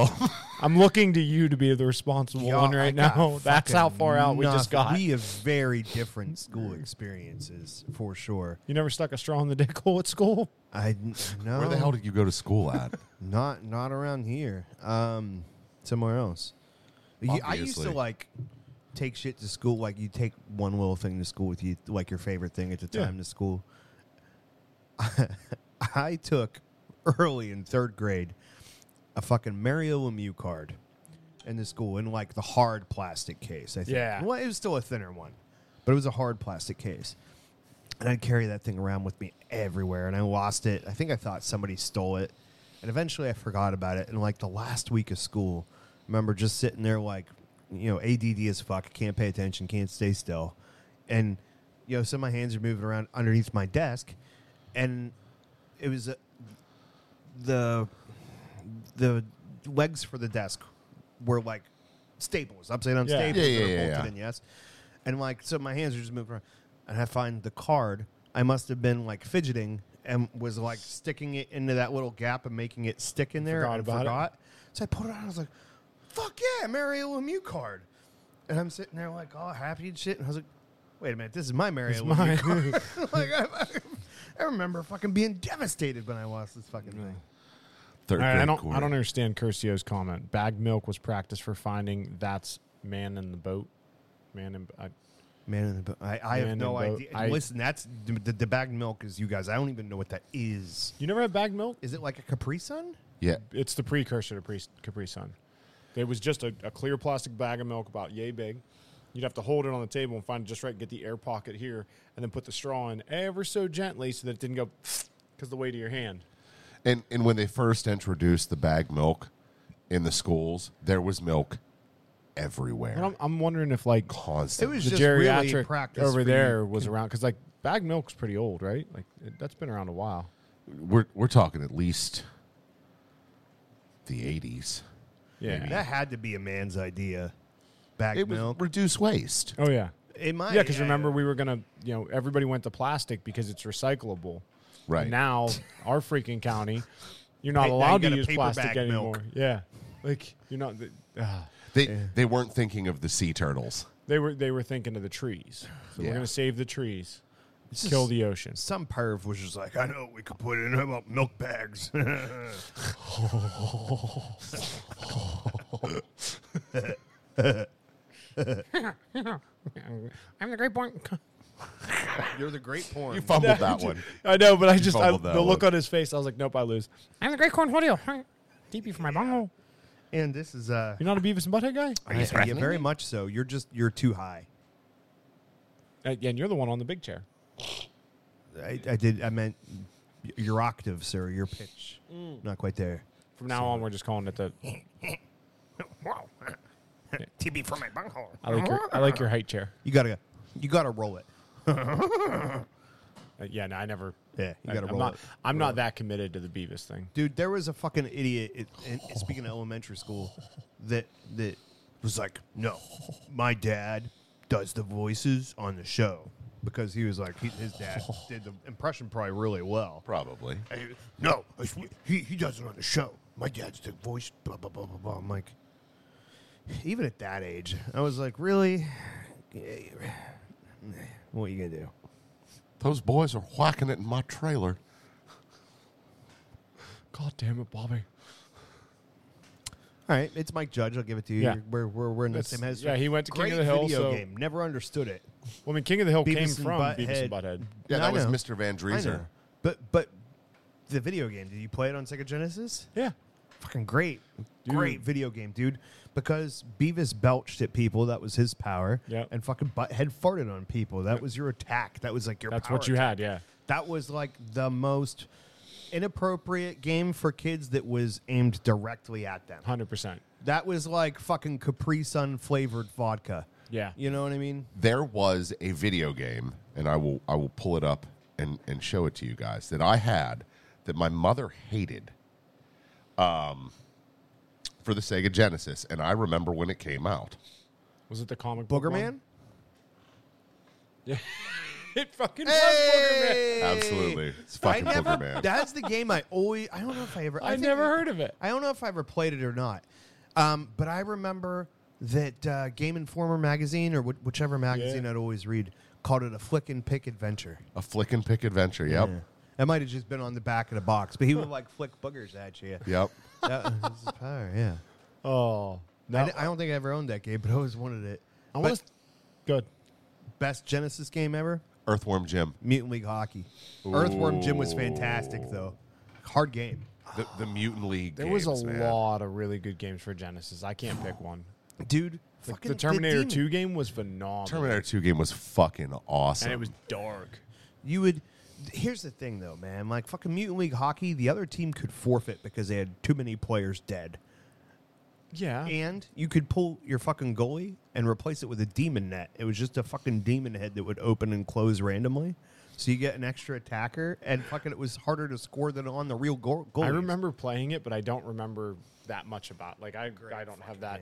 E: I'm looking to you to be the responsible
C: Y'all,
E: one
C: Oh. I
E: right
C: got
E: now. <laughs> That's how
C: fucking
E: far out we just
C: nothing.
E: got.
C: We have very different school experiences for sure.
E: You never stuck a straw in the dick hole at school?
C: I no.
D: Where the hell did you go to
E: <laughs>
D: school at?
C: Not not around here. Um, somewhere else. You- I used to
D: Obviously.
C: like take shit to school. Like you take one little thing to school with you, like your favorite thing at the
E: Yeah.
C: time to school. <laughs> I took early in third grade a fucking Mario Lemieux card in the school in like the hard plastic case. I think.
E: Yeah.
C: Well, it was still a thinner one, but it was a hard plastic case. And I'd carry that thing around with me everywhere. And I lost it. I think I thought somebody stole it. And eventually I forgot about it. And like the last week of school, I remember just sitting there like, you know, ADD as fuck, can't pay attention, can't stay still. And, you know, so my hands are moving around underneath my desk. And it was uh, the the legs for the desk were like staples, upside down
E: Yeah.
C: staples
D: Yeah,
C: that are
D: yeah, yeah,
C: bolted
D: yeah.
C: in, yes. And like so my hands are just moving around. And I find the card. I must have been like fidgeting and was like sticking it into that little gap and making it stick in there.
E: Forgot
C: and
E: about it.
C: forgot. So I pulled it out and I was like, fuck yeah, Mario Lemieux card. And I'm sitting there like all happy and shit. And I was like, wait a minute, this is my Mario Lemieux
E: mine.
C: card. <laughs> like I, I- I remember fucking being devastated when I lost this fucking thing.
D: Third
E: All right, I
D: grade
E: don't. I
D: quarter.
E: don't understand Curcio's comment. Bagged milk was practice for finding that's man in the boat. Man in. uh, I,
C: Man in the boat. I, I have
E: Man
C: no
E: in the
C: idea.
E: boat. I-
C: Listen, that's the, the, the bagged milk is you guys. I don't even know what that is.
E: you never had bagged milk?
C: Is it like a Capri Sun?
D: Yeah,
E: It's the precursor to Pre- Capri Sun. It was just a, a clear plastic bag of milk about yay big. You'd have to hold it on the table and find it just right. Get the air pocket here, and then put the straw in ever so gently so that it didn't go <sniffs> because the weight of your hand.
D: And and when they first introduced the bag milk in the schools, there was milk everywhere.
E: And I'm, I'm wondering if like
C: It
D: Constant.
C: was
E: the
C: just
E: geriatric
C: really practice for
E: over
C: you.
E: there was around because like bagged milk's pretty old, right? Like it, that's been around a while.
D: we're we're talking at least the eighties.
E: Yeah.
C: That had to be a man's idea. Bagged
D: It was
C: milk.
D: reduced waste.
E: oh yeah.
C: it might.
E: Yeah, because remember we were gonna, you know, everybody went to plastic because it's recyclable.
D: Right.
E: now, our freaking county,
C: Hey,
E: you're not
C: now you
E: allowed
C: got
E: to
C: a
E: use
C: paper
E: plastic
C: bag
E: anymore.
C: milk.
E: Yeah, like you're not. The, ah.
D: They they weren't thinking of the sea turtles.
E: they were they were thinking of the trees. So
D: Yeah.
E: we're gonna save the trees, kill the <laughs>
D: <laughs>
E: ocean.
C: some perv was just like, I know what we could put in about milk bags. <laughs>
E: I'm the great point.
C: You're the great porn.
D: You <laughs>
E: <laughs>
D: fumbled
C: <laughs>
D: that one.
E: I know, but I just I,
D: fumbled that
E: the look
D: one.
E: on his face. I was like, nope, I lose. I'm the great cornholio. Deep you for my bunghole.
C: and this is uh,
E: You're not a Beavis and Butthead guy.
C: I- yeah, very much so. You're just you're too high.
E: Uh, yeah, and you're the one on the big chair.
C: I, I did. I meant y- your octave, sir. Your pitch,
E: Mm.
C: not quite there.
E: From now on, we're just calling it the.
F: Wow. TB from my bunghole.
E: I like your I like your height chair.
C: You gotta go. You gotta roll it.
E: Uh, yeah, no, I never.
C: Yeah, you
E: I,
C: gotta
E: am
C: roll
E: not.
C: it.
E: I'm not that committed to the Beavis thing.
C: dude. There was a fucking idiot. It, and speaking of elementary school, that that was like, no, my dad does the voices on the show because he was like, he, his dad did the impression probably really well.
D: Probably.
F: I-
C: No, it's- he he does it on the show. My dad's the voice. Blah blah blah blah blah. I'm like, even at that age, I was like, really? What you gonna do?
D: Those boys are whacking it in my trailer.
E: God damn it, Bobby.
C: All right, it's Mike Judge. I'll give it to you.
E: Yeah.
C: We're, we're, we're in the
E: That's-
C: same hemisphere.
E: yeah, he went to King
C: Great
E: of the Hill,
C: Video
E: so-
C: game. Never understood it.
E: Well, I mean, King of the Hill
C: Beavis
E: came
C: and
E: from Beavis and
C: Butthead.
E: Butthead.
D: Yeah,
C: No, I
D: that was
C: know.
D: Mr. Van
C: I
D: Dreeser.
C: know. But but the video game. Did you play it on Sega Genesis?
E: Yeah.
C: Fucking great, great video game, dude. Because Beavis belched at people. That was his power.
E: Yep.
C: And fucking Butthead farted on people. That was your attack. That was like your.
E: That's
C: power
E: what you
C: attack.
E: had, yeah.
C: That was like the most inappropriate game for kids that was aimed directly at them.
E: 100%.
C: That was like fucking Capri Sun flavored vodka.
E: Yeah.
C: You know what I mean?
D: There was a video game, and I will I will pull it up and, and show it to you guys that I had that my mother hated. Um for the Sega Genesis, and I remember when it came out.
E: Was it the comic book
C: Booger
E: one? <laughs>
C: Man?
E: It fucking was Booger Man.
D: Absolutely. It's fucking
C: I never,
D: Booger Man.
C: That's the game I always. I don't know if I ever.
E: I
C: think-
E: never heard of it.
C: I don't know if I ever played it or not. Um, but I remember that uh, Game Informer magazine or whi- whichever magazine
E: Yeah.
C: I'd always read called it a flick and pick adventure.
D: A flick and pick adventure. Yep.
C: That might have just been on the back of the box, but he would like flick boogers at
D: <laughs>
C: you.
D: Yep.
C: That was his power. Yeah.
E: Oh. No.
C: I, d- I don't think I ever owned that game, but I always wanted it.
E: I wanna s- Good.
C: But best Genesis game ever.
D: Earthworm Jim.
C: Mutant League Hockey. Earthworm Jim was fantastic though. Hard game.
D: The, the Mutant League.
E: There was
D: games,
E: a
D: man.
E: lot of really good games for Genesis. I can't pick one.
C: Dude,
E: The,
C: fucking
E: the Terminator
C: demon.
E: 2 game was phenomenal.
D: Terminator 2 game was fucking awesome.
E: And it was dark.
C: You would Here's the thing though, man. Like fucking Mutant League Hockey, the other team could forfeit because they had too many players dead.
E: Yeah.
C: And you could pull your fucking goalie and replace it with a demon net. It was just a fucking demon head that would open and close randomly. So you get an extra attacker, and fucking it was harder to score than on the real goal.
E: I remember playing it, but I don't remember that much about. Like I, I don't have that.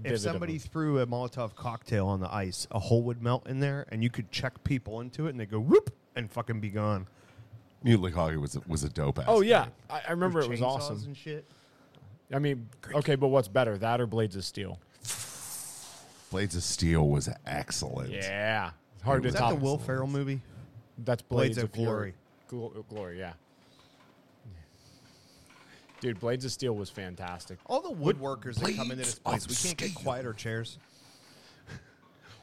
E: vivid
C: If
E: of
C: somebody
E: a-
C: threw a Molotov cocktail on the ice, a hole would melt in there, and you could check people into it, and they go whoop and fucking be gone.
D: Mutant League Hockey was a, was a dope ass.
E: oh yeah, I, I remember it was
C: Chainsaws
E: awesome.
C: and shit.
E: I mean, okay, but what's better, that or Blades of Steel?
D: Blades of Steel was excellent.
E: Yeah, it's hard
C: Was
E: to
C: that
E: top.
C: the Will Ferrell movie?
E: That's
C: Blades
E: Blades,
C: of
E: of, Fury. Glo- Glory, yeah. Dude, Blades of Steel was fantastic.
C: All the woodworkers that come into this
D: Blades
C: place,
D: of
C: we can't get
D: Steel.
C: quieter chairs.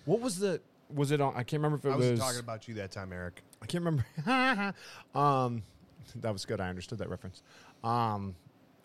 E: What was the? Was it on? I can't remember if it
C: I
E: was.
C: wasn't talking about you that time, Eric.
E: I can't remember. <laughs> um, that was good. I understood that reference. Um,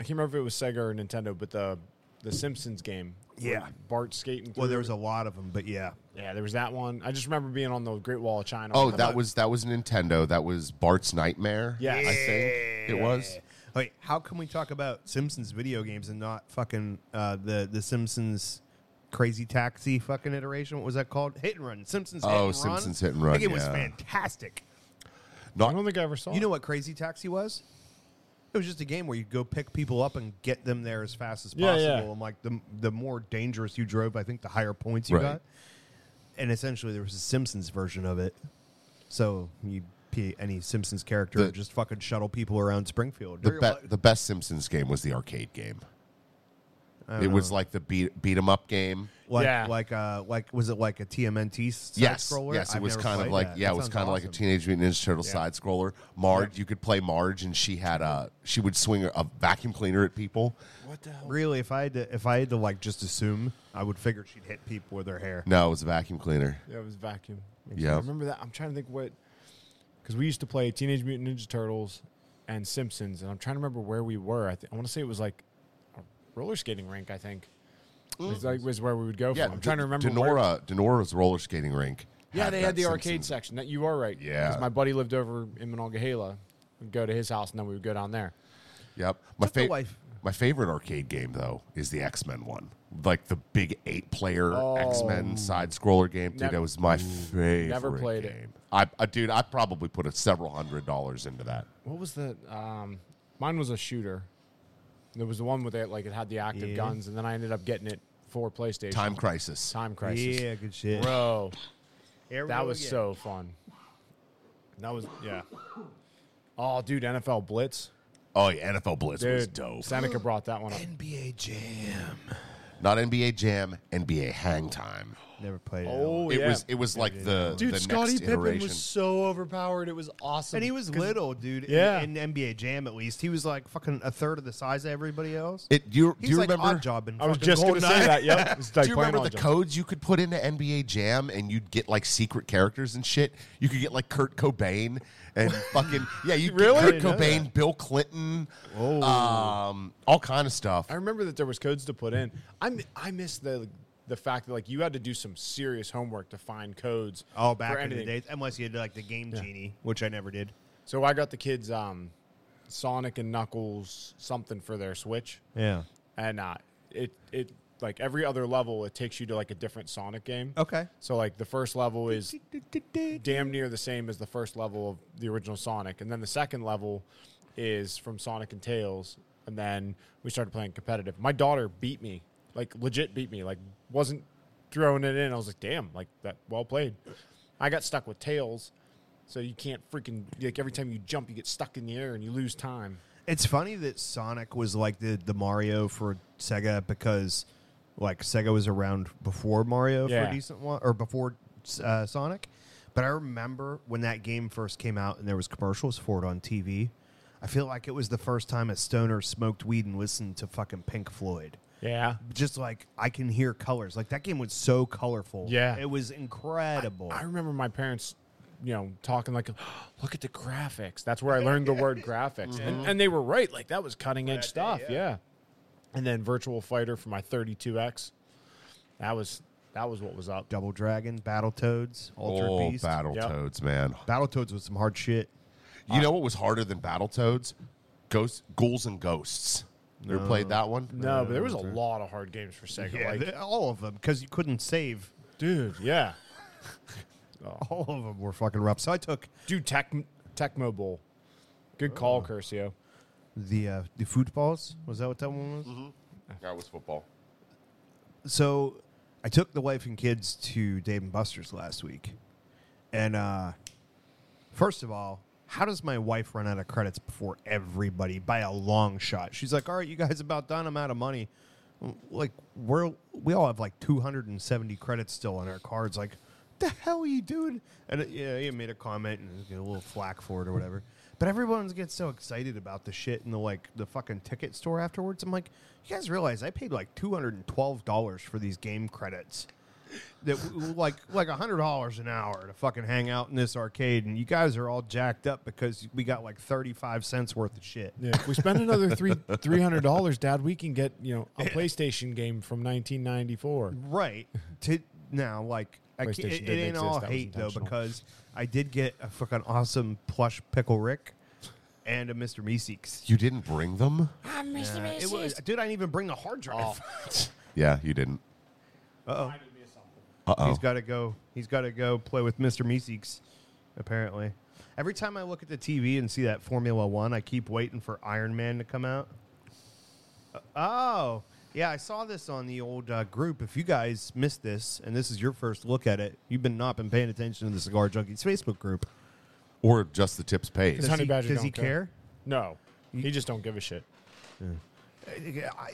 E: I can't remember if it was Sega or Nintendo, but the the Simpsons game. where
C: Yeah.
E: Bart skating.
C: Well, there
E: through-
C: was a lot of them, but yeah.
E: Yeah, there was that one. I just remember being on the Great Wall of China.
D: Oh, that was that was Nintendo. That was Bart's Nightmare.
E: Yes.
D: I think it was.
C: Wait, how can we talk about Simpsons video games and not fucking uh, the the Simpsons Crazy Taxi fucking iteration? What was that called? Hit and Run. Simpsons. hit
D: Oh,
C: and
D: Simpsons
C: run.
D: Hit and Run,
C: Like, it was
D: yeah.
C: fantastic.
E: I don't
D: Not
E: think I ever saw.
C: You know what Crazy Taxi was? It was just a game where you'd go pick people up and get them there as fast as
E: Yeah,
C: possible.
E: yeah.
C: And like the the more dangerous you drove, I think the higher points you
D: Right.
C: got. And essentially, there was a Simpsons version of it. So you pay any Simpsons character
D: The-
C: and just fucking shuttle people around Springfield.
D: the
C: You're
D: be-
C: like-
D: the best Simpsons game was the arcade game. It was like the beat beat 'em up game.
C: Like,
E: Yeah.
C: like, uh, like, was it like a TMNT side
D: yes,
C: scroller?
D: yes, it
C: I've
D: was
C: never
D: kind of
C: played
D: like
C: that.
D: yeah,
C: That
D: it was
C: sounds
D: kind of like a
C: awesome.
D: Teenage Mutant Ninja Turtle side scroller. Marge, you could play Marge, and she had a she would swing a vacuum cleaner at people.
C: Really, if I had to, if I had to, like, just assume, I would figure she'd hit people with her hair.
D: No, it was a vacuum cleaner.
E: Yeah, it was vacuum.
D: Yeah.
E: Yeah, remember that? I'm trying to think what because we used to play Teenage Mutant Ninja Turtles and Simpsons, and I'm trying to remember where we were. I, th- I want to say it was like a roller skating rink. I think was like
C: Mm.
E: was where we would go.
D: Yeah,
E: from. I'm trying to remember. where-
D: Denora Denora's roller skating rink.
E: yeah, they had
D: that
E: the arcade
D: Simpsons-
E: section. That you are right.
D: Yeah.
E: 'Cause my buddy lived over in Monongahela. We'd go to his house, and then we would go down there.
D: Yep. My
C: the
D: favorite.
C: wife.
D: My favorite arcade game though is the X Men one, like the big eight-player X
E: Oh.
D: Men side-scroller game. Dude,
E: Nev-
D: that was my favorite.
E: played
D: game.
E: it.
D: I, I, dude, I probably put a several hundred dollars into that.
E: What was the? Um, mine was a shooter. There was the one with it, like it had the active
C: Yeah.
E: guns, and then I ended up getting it for PlayStation.
D: Time Crisis.
E: Time Crisis.
C: Yeah, good shit.
E: Bro,
C: Here we
E: that
C: go
E: was
C: again.
E: so fun. That was yeah. Oh, dude, NFL Blitz,
D: Oh yeah, NFL Blitz
E: dude,
D: was dope.
E: Seneca brought that one up.
C: NBA Jam.
D: Not NBA Jam, NBA Hang Time.
C: Never played it.
E: <gasps> Oh,
D: it
E: yeah.
D: was it was like the
E: dude,
D: the
E: Scottie
D: next
E: Pippen
D: iteration.
E: was so overpowered. It was awesome.
C: And he was
E: 'Cause-
C: little, dude.
E: Yeah.
C: In, in NBA Jam, at least, he was like fucking a third of the size of everybody else.
D: it, do you, do
C: He's
D: you
C: like
D: remember?
C: Oddjob in
E: I was
C: fucking
E: just going to
C: GoldenEye.
E: say that.
D: <laughs>
E: Yep. It's like
D: do you
E: playing
D: remember the
E: Oddjob.
D: codes you could put into NBA Jam and you'd get like secret characters and shit? You could get like Kurt Cobain
E: <laughs>
D: and fucking yeah, you
E: Really? I
D: Kurt
E: didn't know
D: Cobain, Bill Clinton, um, all kind of stuff.
E: I remember that there was codes to put in. I mi- I miss the the fact that like you had to do some serious homework to find codes.
C: Oh,
E: for
C: back in the
E: anything.
C: days, unless you did like the Game Genie, which I never did.
E: So I got the kids um, Sonic and Knuckles something for their Switch.
C: Yeah.
E: and uh, it it like every other level it takes you to like a different Sonic game.
C: Okay.
E: So like the first level is damn near the same as the first level of the original Sonic, and then the second level is from Sonic and Tails, and then we started playing competitive. My daughter beat me, like legit beat me, like wasn't throwing it in. I was like, damn, like that well played. I got stuck with Tails. So you can't freaking like every time you jump, you get stuck in the air and you lose time.
C: It's funny that Sonic was like the, the Mario for Sega because like Sega was around before Mario for
E: Yeah.
C: a decent one or before uh, Sonic. But I remember when that game first came out and there was commercials for it on TV. I feel like it was the first time a stoner smoked weed and listened to fucking Pink Floyd.
E: Yeah,
C: Just like I can hear colors. Like that game was so colorful.
E: Yeah.
C: It was incredible.
E: I remember my parents, you know, talking like, <gasps> "Look at the graphics." That's where I learned the <laughs> word graphics, and, and they were right. Like Mm-hmm. that was cutting edge stuff. yeah. And then Virtual Fighter for my 32x. That was that was what was up.
C: Double Dragon, Battletoads, Ultra
D: oh,
C: Beast.
D: Battletoads, man.
C: Battletoads was some hard shit.
D: You know what was harder than Battletoads? Ghost, Ghouls and Ghosts. You ever played that one?
E: No, but there was a lot of hard games for Sega.
C: Yeah,
E: like,
C: th- all of them because you couldn't save.
E: dude, yeah,
C: All of them were fucking rough. So I took
E: dude, Tec- Tecmo Bowl. Good call, Curcio.
C: the uh, the footballs. Was that what that one was?
D: That was football.
C: So I took the wife and kids to Dave and Buster's last week, and uh, first of all. How does my wife run out of credits before everybody by a long shot? She's like, "All right, you guys about done. I'm out of money." Like we're we all have like 270 credits still on our cards. Like, the hell are you doing? And uh, yeah, he made a comment and get a little flack for it or whatever. But everyone gets so excited about the shit in the like the fucking ticket store afterwards. I'm like, you guys realize I paid like 212 dollars for these game credits that w- w- like like a hundred dollars an hour to fucking hang out in this arcade, and you guys are all jacked up because we got like thirty five cents worth of shit.
E: Yeah, if we spend another <laughs> three three hundred dollars, Dad, we can get you know a PlayStation game from 1994.
C: Right to now, like I can't, it,
E: PlayStation
C: it
E: didn't
C: ain't
E: exist.
C: all
E: That was
C: hate though
E: intentional.
C: because I did get a fucking awesome plush pickle Rick and a Mr. Meeseeks.
D: You didn't bring them?
C: It was, dude, I didn't even bring the hard drive.
E: Oh.
C: <laughs>
D: Yeah, you didn't. Uh oh.
C: He's got to go. He's got to go play with Mr. Meeseeks. Apparently, every time I look at the TV and see that Formula One, I keep waiting for Iron Man to come out. Uh, Oh, yeah, I saw this on the old uh, group. If you guys missed this and this is your first look at it, you've been not been paying attention to the Cigar Junkies Facebook group.
D: Or just the tips pays.
E: Honey
C: he,
E: Badger
C: does
E: don't
C: he
E: care.
C: care?
E: No, he just don't give a shit.
C: I, I,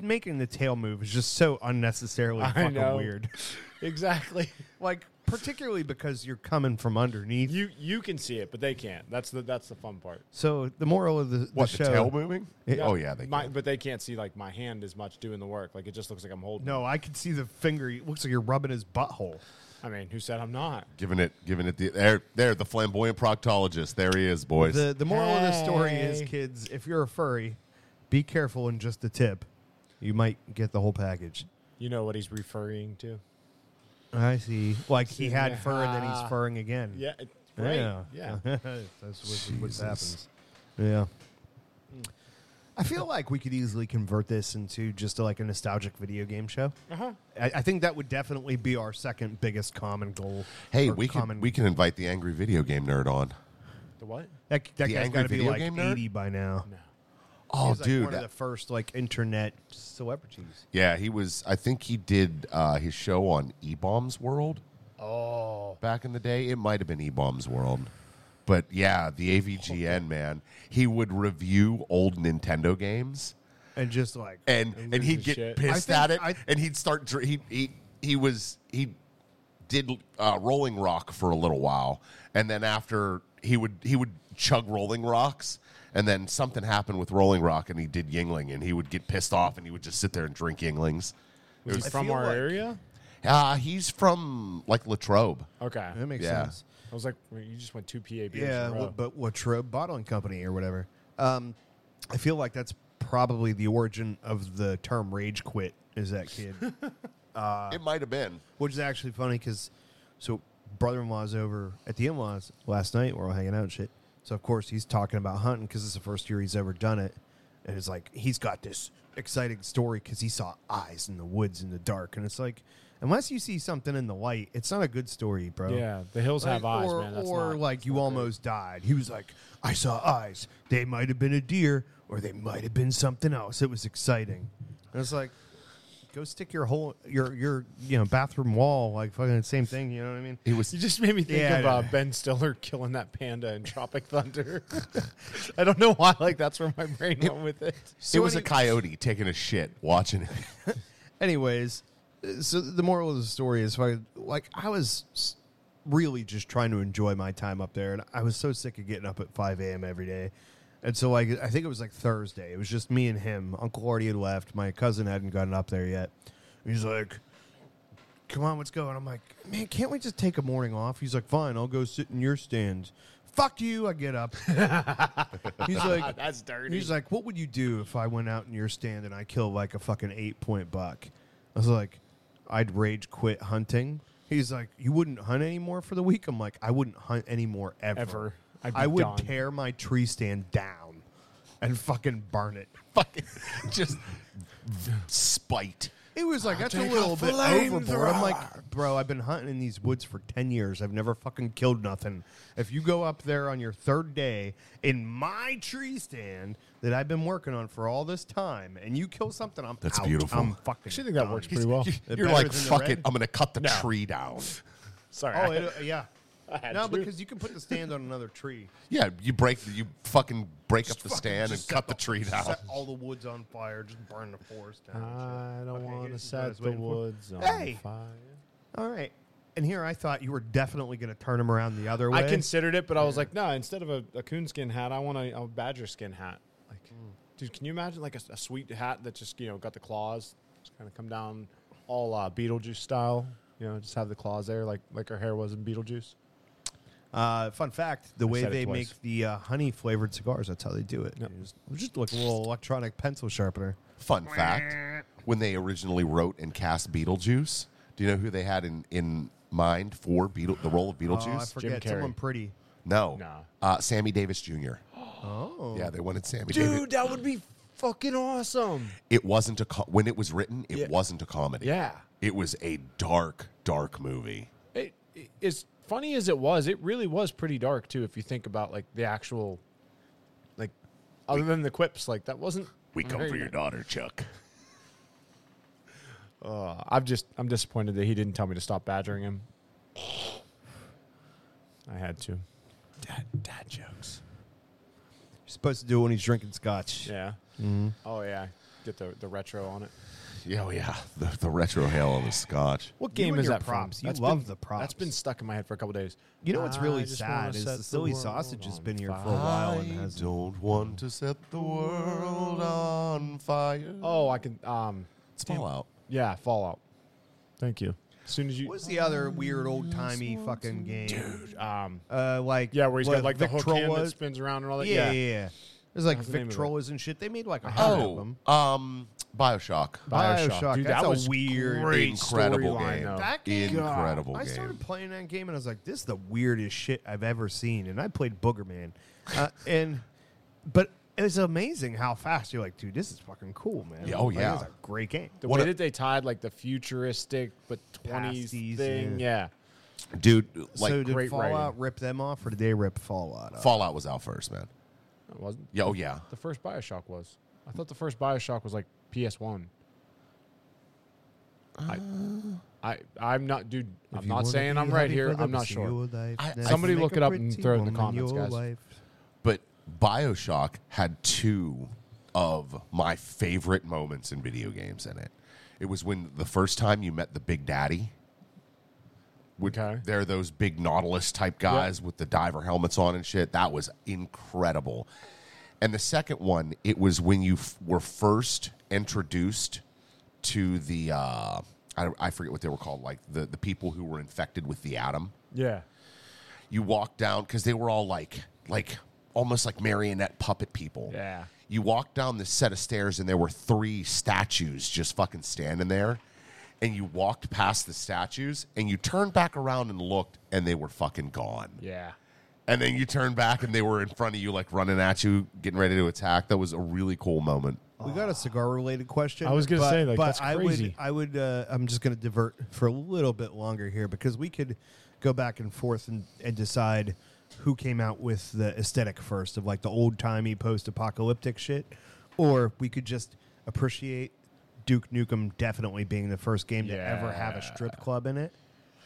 C: making the tail move is just so unnecessarily
E: <laughs> I
C: fucking
E: know.
C: weird.
E: exactly.
C: Like particularly because you're coming from underneath.
E: You you can see it, but they can't. That's the that's the fun part.
C: so the moral of the, the
D: What the,
C: show.
D: tail moving? Oh yeah, they
E: my,
D: can.
E: but they can't see like my hand as much doing the work. Like it just looks like I'm holding.
C: No, I can see the finger. It looks like you're rubbing his butthole.
E: I mean, who said I'm not?
D: giving it giving it the there there the flamboyant proctologist there he is boys.
C: The the moral of the story is,
E: Hey.
C: kids, if you're a furry, be careful in just a tip. You might get the whole package.
E: You know what he's referring to?
C: I see. Like he had
E: Yeah.
C: fur, and then he's furring again.
E: Yeah, it- right. Yeah,
C: <laughs> Uh-huh. That's what, what happens. Yeah. I feel like we could easily convert this into just like a nostalgic video game show. Uh-huh. I, I think that would definitely be our second biggest common goal.
D: hey,
C: or
D: we can
C: common-
D: we can invite the angry video game nerd on.
E: The what?
C: that, that
D: the
C: guy's got
D: angry
C: to be
D: video
C: like
D: game nerd?
C: eighty by now.
D: Oh,
C: He's like
D: dude,
C: one
D: that-
C: of the first like internet celebrities.
D: yeah, he was. I think he did uh, his show on E Bombs World. Oh, back in the day, it might have been E Bombs World, but yeah, the AVGN man, he would review old Nintendo games.
C: And just like
D: and and he'd
E: his
D: get
E: shit.
D: pissed
C: I
D: at it,
C: think- I-
D: and he'd start. dr- He he he was he did uh, Rolling Rock for a little while, and then after he would he would chug Rolling Rocks, and then something happened with Rolling Rock, and he did Yingling, and he would get pissed off, and he would just sit there and drink Yinglings.
E: Was he from
C: feel
E: our
C: like-
E: area?
D: Uh, he's from like Latrobe.
E: Okay.
C: that makes
D: Yeah.
C: sense.
E: I was like, well, you just went two PA beers.
C: Yeah,
E: in a
C: well,
E: row.
C: but Latrobe Bottling Company or whatever. Um, I feel like that's probably the origin of the term "rage quit." Is that kid?
D: it might have been.
C: Which is actually funny because, so brother in law's over at the in laws last night. We're all hanging out and shit. So of course he's talking about hunting because it's the first year he's ever done it, and it's like he's got this exciting story because he saw eyes in the woods in the dark, and it's like unless you see something in the light, it's not a good story, bro.
E: yeah, the hills have
C: Like,
E: eyes,
C: or,
E: man. That's
C: or
E: not-
C: like
E: that's
C: you
E: not
C: almost died. He was like, I saw eyes. They might have been a deer, or they might have been something else. It was exciting. And it's like, go stick your whole your your you know bathroom wall like fucking the same thing. You know what I mean?
D: He was.
E: You <laughs> just made me think
C: Yeah, I
E: of
C: know.
E: uh, Ben Stiller killing that panda
C: <laughs>
E: in Tropic Thunder. <laughs> I don't know why, like that's where my brain went
C: <laughs>
E: with it.
D: it was a coyote taking a shit watching it.
C: Anyways, uh, so the moral of the story is fucking like I was s- really just trying to enjoy my time up there, and I was so sick of getting up at five a.m. every day. And so, like, I think it was like Thursday. It was just me and him. Uncle Artie had left. My cousin hadn't gotten up there yet. He's like, "Come on, let's go." And I'm like, "Man, can't we just take a morning off?" He's like, "Fine, I'll go sit in your stand." Fuck you! I get
E: <laughs>
C: up. He's like,
E: That's dirty.
C: He's like, what would you do if I went out in your stand and I killed like a fucking eight point buck? I was like, I'd rage quit hunting. He's like, you wouldn't hunt anymore for the week. I'm like, I wouldn't hunt anymore ever.
E: Ever. I'd be
C: I would
E: done.
C: tear my tree stand down and fucking burn it.
D: <laughs> fucking just spite.
C: It was like that's a
D: take a
C: little bit
D: flamethrower.
C: overboard. I'm like, bro, I've been hunting in these woods for ten years. I've never fucking killed nothing. If you go up there on your third day in my tree stand that I've been working on for all this time, and you kill something, I'm
D: That's
C: out.
D: beautiful.
C: I'm fucking.
E: I actually think that
C: done.
E: works pretty well.
D: You're
C: better
D: like,
C: than the
D: fuck
C: red?
D: it, I'm gonna cut the tree down.
E: Sorry.
C: Oh it,
E: <laughs>
C: yeah,
E: had
C: no,
E: to.
C: because you can put the stand on another tree.
D: Yeah, you break, you fucking break up the stand and
C: Just
D: cut
C: set
D: the tree down.
C: Set all the woods on fire. Just burn the forest down. and shit.
E: I don't
C: Okay,
E: want to
C: here's what I
E: set
C: was
E: the
C: waiting for.
E: woods on
C: Hey!
E: fire.
C: All right. And here I thought you were definitely going to turn him around the other way.
E: I considered it, but I was like, no. Instead of a, a coonskin hat, I want a, a badger skin hat. Like, dude, can you imagine like a, a sweet hat that just you know got the claws, just kind of come down all uh, Beetlejuice style. You know, just have the claws there, like like her hair was in Beetlejuice.
C: Uh, fun fact: the way
E: said it
C: they
E: twice.
C: make the uh, honey flavored cigars, that's how they do it. You Just, just like a little electronic pencil sharpener.
D: Fun fact: when they originally wrote and cast Beetlejuice, do you know who they had in, in mind for Beetle, the role of
C: Oh, I
D: Beetlejuice?
C: forget
E: Carrey.
C: someone pretty.
D: no,
E: Nah.
D: uh, Sammy Davis Jr.
C: Oh,
D: Yeah, they wanted Sammy Davis.
E: Dude, that would be fucking awesome.
D: It wasn't a co- when it was written, it
E: Yeah.
D: wasn't a comedy.
E: Yeah.
D: it was a dark, dark movie.
E: It, it, as funny as it was, it really was pretty dark too. If you think about like the actual, like, other than the quips, like that wasn't.
D: We come for your daughter, Chuck.
E: Uh, I'm just I'm disappointed that he didn't tell me to stop badgering him. I had to. Dad, dad jokes.
C: you're supposed to do it when he's drinking scotch.
E: Yeah. Oh yeah. get the, the retro on it.
D: Yeah, oh yeah. The, the retro hail on the scotch.
E: What
C: You
E: game
C: and
E: is
C: your
E: that from?
C: props. You
E: That's
C: love
E: been-
C: the
E: That's been
C: props.
E: stuck in my head for a couple days. Ah,
C: You know what's
E: I
C: really
E: just
C: sad
E: wanna
C: is
E: set
C: the silly
E: world
C: sausage has
E: on
C: been here for a
E: fire.
C: while and
D: I
C: has
D: don't want to set the world on fire.
E: Oh, I can. Um,
D: it's Fallout.
E: yeah, Fallout. Thank you. As soon as you,
C: What's the other weird old timey fucking game?
E: um,
C: Uh, like
E: yeah, where he's
C: what,
E: got like the hook hand that
C: Victrolas?
E: spins around and all that.
C: yeah, yeah, yeah. There's like
E: That's the name of it.
C: Victrolas and shit. They made like a hundred of
D: Oh,
C: them.
D: um, Bioshock.
E: Bioshock. Dude,
C: that's
E: that
C: a
E: was
C: weird,
D: great incredible
E: storyline,
D: game.
E: though.
C: That game-
D: Incredible
C: I
D: game.
C: started playing that game and I was like, "This is the weirdest shit I've ever seen." And I played Booger Man,
E: <laughs>
C: uh, and but it was amazing how fast you're like, "Dude, this is fucking cool, man."
D: Yeah, oh,
C: Like,
D: yeah.
C: it was a great game.
E: The
D: What
E: way
D: a-
E: that they tied like the futuristic but twenties
C: Pasties,
E: thing, yeah.
D: Dude, like
C: so did
E: great
C: Fallout
E: writing.
C: rip them off, or did they rip Fallout? Off?
D: Fallout was out first, man.
E: It wasn't
D: Yeah, oh yeah.
E: the first Bioshock was? I thought the first Bioshock was like PS One. I, I, I'm not, dude.
C: If
E: I'm
C: you
E: not
C: wanna
E: saying
C: be
E: I'm right
C: happy
E: here.
C: for the
E: I'm not
C: rest of
E: sure.
C: your life,
D: I-
C: then
E: somebody
C: make
E: look
C: a
E: it up
C: pretty
E: and throw it in the
C: woman
E: comments,
C: your
E: guys.
C: wife.
D: But Bioshock had two of my favorite moments in video games in it. It was when the first time you met the Big Daddy. Would-
E: Okay.
D: They're those big Nautilus type guys with the diver helmets on and shit. That was incredible. And the second one, it was when you f- were first introduced to the, uh, I, I forget what they were called, like the, the people who were infected with the atom
E: Yeah,
D: you walk down because they were all like like almost like marionette puppet people.
E: Yeah.
D: You walk down this set of stairs and there were three statues just fucking standing there. And you walked past the statues and you turned back around and looked and they were fucking gone.
E: yeah.
D: And then you turned back and they were in front of you, like running at you, getting ready to attack. That was a really cool moment.
C: We got a cigar related question.
E: I was gonna
C: but-
E: say, like,
C: but
E: that's crazy.
C: I would, I would, uh, I'm just gonna divert for a little bit longer here because we could go back and forth and, and decide who came out with the aesthetic first of like the old timey post apocalyptic shit, or we could just appreciate Duke Nukem definitely being the first game to ever have a strip club in it.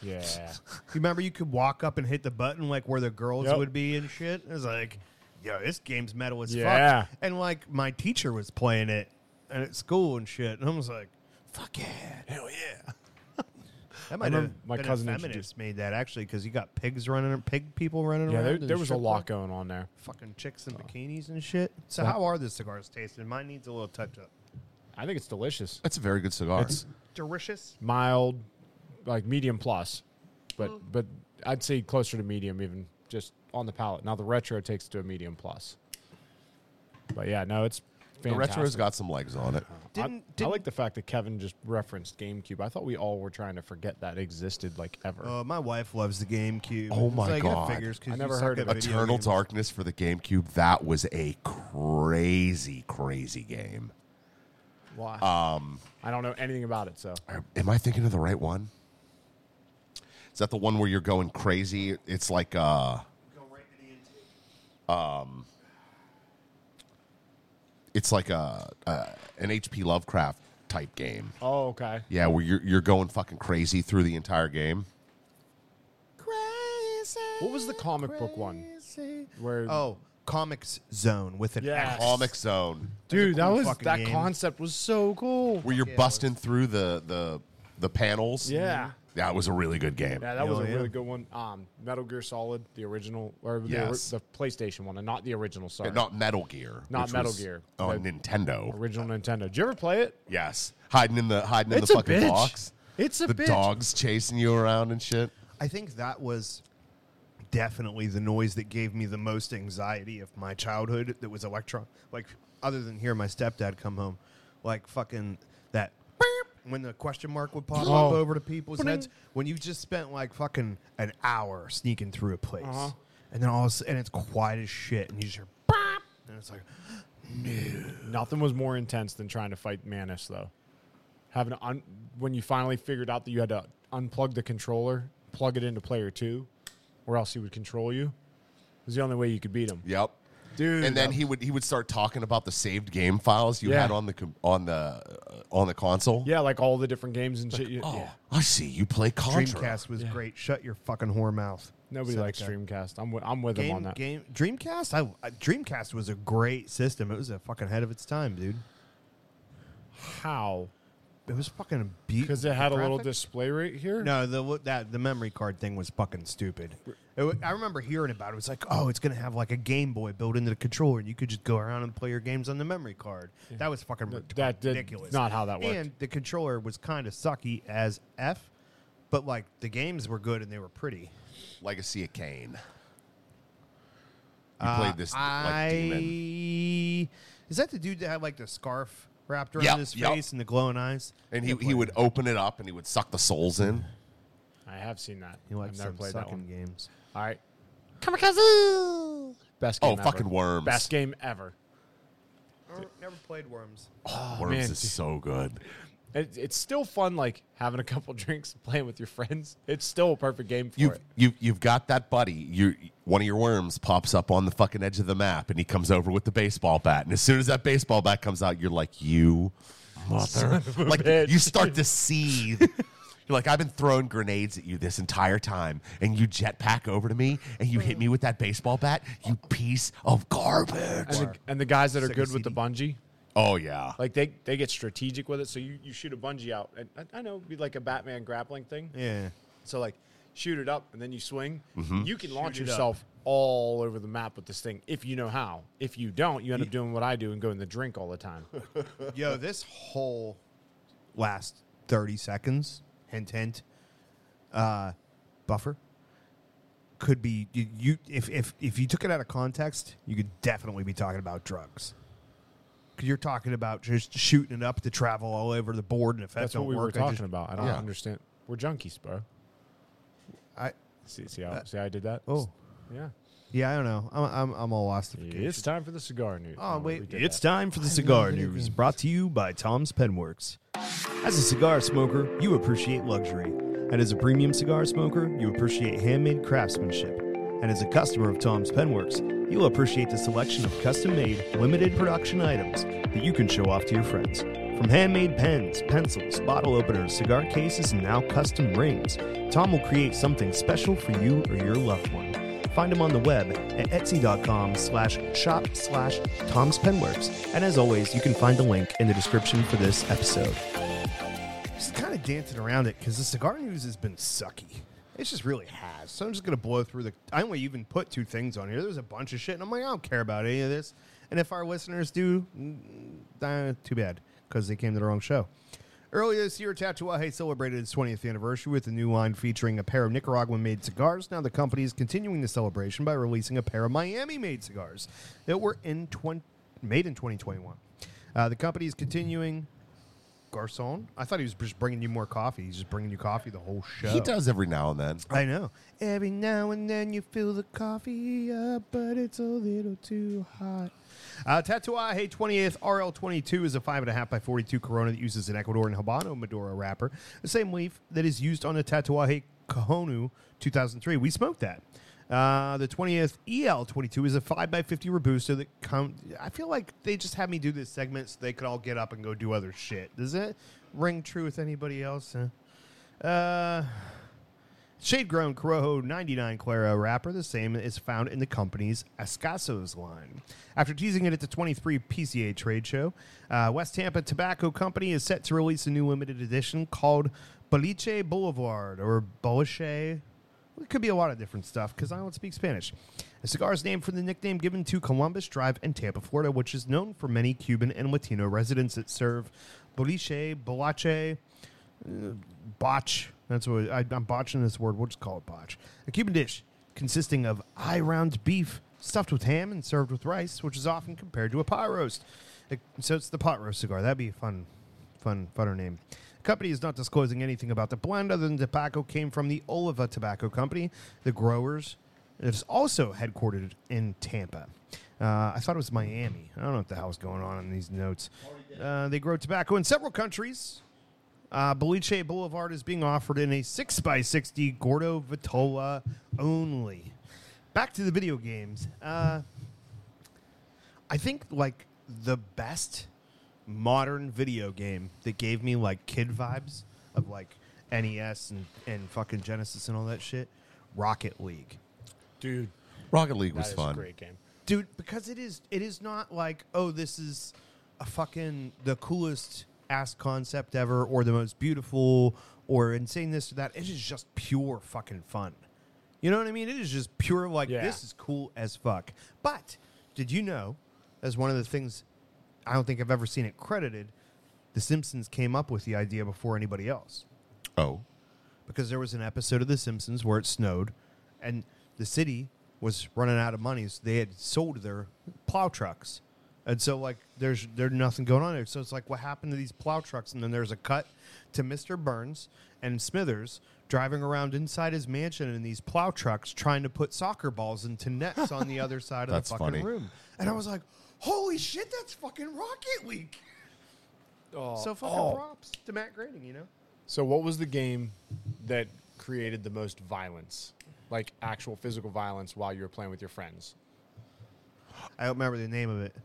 E: Yeah.
C: You Remember, you could walk up and hit the button like where the girls
E: Yep.
C: would be and shit. It was like, yo, this game's metal as
E: Yeah.
C: fuck. And like my teacher was playing it and at school and shit, and I was like, <laughs> fuck yeah, hell yeah. That might have
E: remember my
C: been
E: cousin
C: a
E: introduced-
C: feminist made that actually because you got pigs running, pig people running
E: Yeah,
C: around.
E: there,
C: in the
E: there was a
C: strip
E: lot Oh.
C: club.
E: going on there.
C: fucking chicks in bikinis and shit. So how are the cigars tasting? Mine needs a little touch up.
E: I think it's delicious.
D: That's a very good cigar.
C: Delicious.
E: Mild, like medium plus, but but I'd say closer to medium even just on the palate. Now the retro takes to a medium plus. But yeah, no, it's
D: the
E: fantastic.
D: retro's got some legs on it.
E: I-
C: Didn't,
E: I,
C: didn't
E: like the fact that Kevin just referenced GameCube. I thought we all were trying to forget that existed like ever.
C: Uh, my wife loves the GameCube.
D: Oh
C: It's
D: my
C: like,
D: God.
C: That figures 'cause
E: I
C: you
E: never
C: suck
E: heard
C: at
E: of it.
C: video
D: Eternal
C: games.
D: Darkness for the GameCube. That was a crazy, crazy game.
E: Why? Um, I don't know anything about it, so
D: Am I thinking of the right one? Is that the one where you're going crazy? It's like uh um, it's like a, a an HP Lovecraft type game.
E: Oh, okay.
D: Yeah, where you're you're going fucking crazy through the entire game.
E: What was the comic book one? Where
C: Oh, Comics Zone with an
E: Yeah.
C: X.
D: Comic Zone,
E: dude,
C: cool
E: that was
C: fucking
E: that
C: game.
E: concept was so cool.
D: where you're busting through the the the panels.
E: Yeah.
D: that was a really good game.
E: Yeah, that was
C: Oh,
E: a
C: yeah.
E: really good one. Um, Metal Gear Solid, the original, or the,
D: Yes.
E: the PlayStation one, and not the original. Sorry,
D: Not Metal Gear.
E: Not
D: which
E: Metal
D: was
E: Gear.
D: On
E: The-
D: Nintendo.
E: original Nintendo. Did you ever play it?
D: Yes, hiding in the hiding in
E: It's
D: the
E: a
D: fucking
E: bitch.
D: box.
E: It's a
D: the
E: bitch.
D: dogs chasing you around and shit.
C: I think that was definitely the noise that gave me the most anxiety of my childhood that was electron like other than hearing my stepdad come home like fucking that <laughs> beep when the question mark would pop up
E: Oh.
C: over to people's heads when you just spent like fucking an hour sneaking through a place
E: Uh-huh.
C: and then all of a sudden and it's quiet as shit and you just hear <laughs> "Bop," and it's like
E: Nothing was more intense than trying to fight Manus, though. Having to un- when you finally figured out that you had to unplug the controller, plug it into player two, or else he would control you. It was the only way you could beat him.
D: Yep,
E: Dude, uh,
D: And then
E: that-
D: he would he would start talking about the saved game files you
E: Yeah.
D: had on the com- on the uh, on the console.
E: Yeah, like all the different games and shit. you-
D: Oh,
E: yeah.
D: I see you play Contra.
C: Dreamcast was great shut your fucking whore mouth
E: Nobody
C: Said
E: likes
C: the guy.
E: Dreamcast. I'm with, I'm with him on
C: Game,
E: that.
C: game, Dreamcast. I, I Dreamcast was a great system. It was a fucking ahead of its time, dude.
E: how
C: It was fucking beat
E: because it had a little display right here.
C: No, the what- that the memory card thing was fucking stupid. It wa- I remember hearing about it. It was like, oh, it's gonna have like a Game Boy built into the controller, and you could just go around and play your games on the memory card. That was fucking rid-
E: that did-
C: ridiculous.
E: not how that worked.
C: And the controller was kind of sucky as f, but like the games were good and they were pretty.
D: Legacy of Kane.
E: Uh,
D: You played this
C: I
D: like demon.
C: Uh, is that the dude that had like the scarf wrapped around
D: Yep,
C: his
D: yep.
C: face and the glowing eyes?
D: And he, he would open it up and he would suck the souls in.
E: I have seen that.
C: He likes
E: I've never
C: some
E: played that one.
C: sucking games.
E: All right, Kamikaze. Best
D: Oh,
E: game. ever.
D: fucking Worms.
E: Best game ever.
C: Never played Worms.
D: Worms
E: Oh, man.
D: is so good.
E: It, it's still fun, like having a couple <laughs> drinks, playing with your friends. It's still a perfect game for
D: You've,
E: it.
D: you, you've got that buddy. You One of your worms pops up on the fucking edge of the map and he comes over with the baseball bat. And as soon as that baseball bat comes out, you're like, you mother. Like,
E: bitch.
D: you start to seethe. you're like, I've been throwing grenades at you this entire time. And you jetpack over to me and you hit me with that baseball bat. You piece of garbage.
E: And the, and the guys that are good with the
C: CD.
E: bungee,
D: Oh, yeah.
E: like they, they get strategic with it. So you, you shoot a bungee out, and I, I know it'd be like a Batman grappling thing.
C: Yeah.
E: So like shoot it up and then you swing.
D: Mm-hmm.
E: You can launch
C: it up.
E: yourself all over the map with this thing if you know how. If you don't, you end up doing what I do and going the drink all the time.
C: Yo, this whole last 30 seconds, hint, hint, uh, buffer could be, you, you if, if, if you took it out of context, you could definitely be talking about drugs. 'Cause You're talking about just shooting it up to travel all over the board, and if that
E: That's
C: don't
E: what we were
C: work, I
E: talking
C: just-
E: about. I don't
D: Yeah.
E: understand. We're junkies, bro.
C: I,
E: See, see how see how I did that?
C: oh,
E: yeah.
C: yeah, I don't know. I'm, I'm, I'm all lost.
E: It's time for the cigar news.
C: Oh, wait.
A: It's time for the Cigar News, brought to you by Tom's Penworks. As a cigar smoker, you appreciate luxury. And as a premium cigar smoker, you appreciate handmade craftsmanship. And as a customer of Tom's Penworks, you'll appreciate the selection of custom made, limited production items that you can show off to your friends. From handmade pens, pencils, bottle openers, cigar cases, and now custom rings, Tom will create something special for you or your loved one. Find him on the web at etsy.com slash shop slash Tom's Penworks. And as always, you can find the link in the description for this episode.
C: just kind of dancing around it because the cigar news has been sucky. It just really has. So I'm just gonna blow through the. I only even put two things on here. There's a bunch of shit, and I'm like, I don't care about any of this. And if our listeners do, mm, uh, too bad because they came to the wrong show. Earlier this year, Tatuaje celebrated its 20th anniversary with a new line featuring a pair of Nicaraguan made cigars. Now, the company is continuing the celebration by releasing a pair of Miami made cigars that were in 20, made in 2021. Uh, the company is continuing Garcon. I thought he was just bringing you more coffee. He's just bringing you coffee the whole show.
D: He does every now and then.
C: I know. Every now and then you fill the coffee up, but it's a little too hot. Uh, Tatuaje 20th RL22 is a 5.5 by 42 Corona that uses an Ecuadorian Habano Maduro wrapper, the same leaf that is used on the Tatuaje Cajonu 2003. We smoked that. Uh, the 20th EL22 is a 5 by 50 Robusto that come. I feel like they just had me do this segment so they could all get up and go do other shit. Does it ring true with anybody else? Huh? Uh, Shade grown Corojo 99 Claro wrapper, the same is found in the company's Escasos line. After teasing it at the 23 PCA trade show, uh, West Tampa Tobacco Company is set to release a new limited edition called Boliche Boulevard or Boliche. It could be a lot of different stuff because I don't speak Spanish. The cigar is named for the nickname given to Columbus Drive in Tampa, Florida, which is known for many Cuban and Latino residents that serve boliche, bolache, botch. That's what I, I'm botching this word. We'll just call it botch. A Cuban dish consisting of eye round beef stuffed with ham and served with rice, which is often compared to a pot roast. It- so it's the pot roast cigar. That'd be a fun, fun, funner name. The company is not disclosing anything about the blend other than tobacco came from the Oliva Tobacco Company, the growers. It's also headquartered in Tampa. Uh, I thought it was Miami. I don't know what the hell is going on in these notes. Uh, they grow tobacco in several countries, uh, Boliche Boulevard is being offered in a 6x60 Gordo Vitola only. Back to the video games. Uh, I think, like, the best modern video game that gave me, like, kid vibes of, like, NES and, and fucking Genesis and all that shit Rocket League.
E: dude.
D: Rocket League
E: That
D: was
E: is
D: fun.
E: a great game.
C: Dude, because it is, it is not like, oh, this is a fucking, the coolest ass concept ever or the most beautiful or insane this or that. It is just pure fucking fun. You know what I mean? It is just pure like
E: Yeah.
C: this is cool as fuck. But did you know as one of the things I don't think I've ever seen it credited, the Simpsons came up with the idea before anybody else
D: Oh,
C: because there was an episode of The Simpsons where it snowed, and the city was running out of money, so they had sold their plow trucks, and so like there's there's nothing going on there. So it's like what happened to these plow trucks? And then there's a cut to Mr. Burns and Smithers driving around inside his mansion in these plow trucks, trying to put soccer balls into nets on
D: <laughs>
C: the other side of
D: That's
C: the fucking
D: funny.
C: room. And I was like, holy shit, that's fucking Rocket League. so fucking props to Matt Groening, you know.
E: So, what was the game that created the most violence, like actual physical violence, while you were playing with your friends?
C: I don't remember the name of it.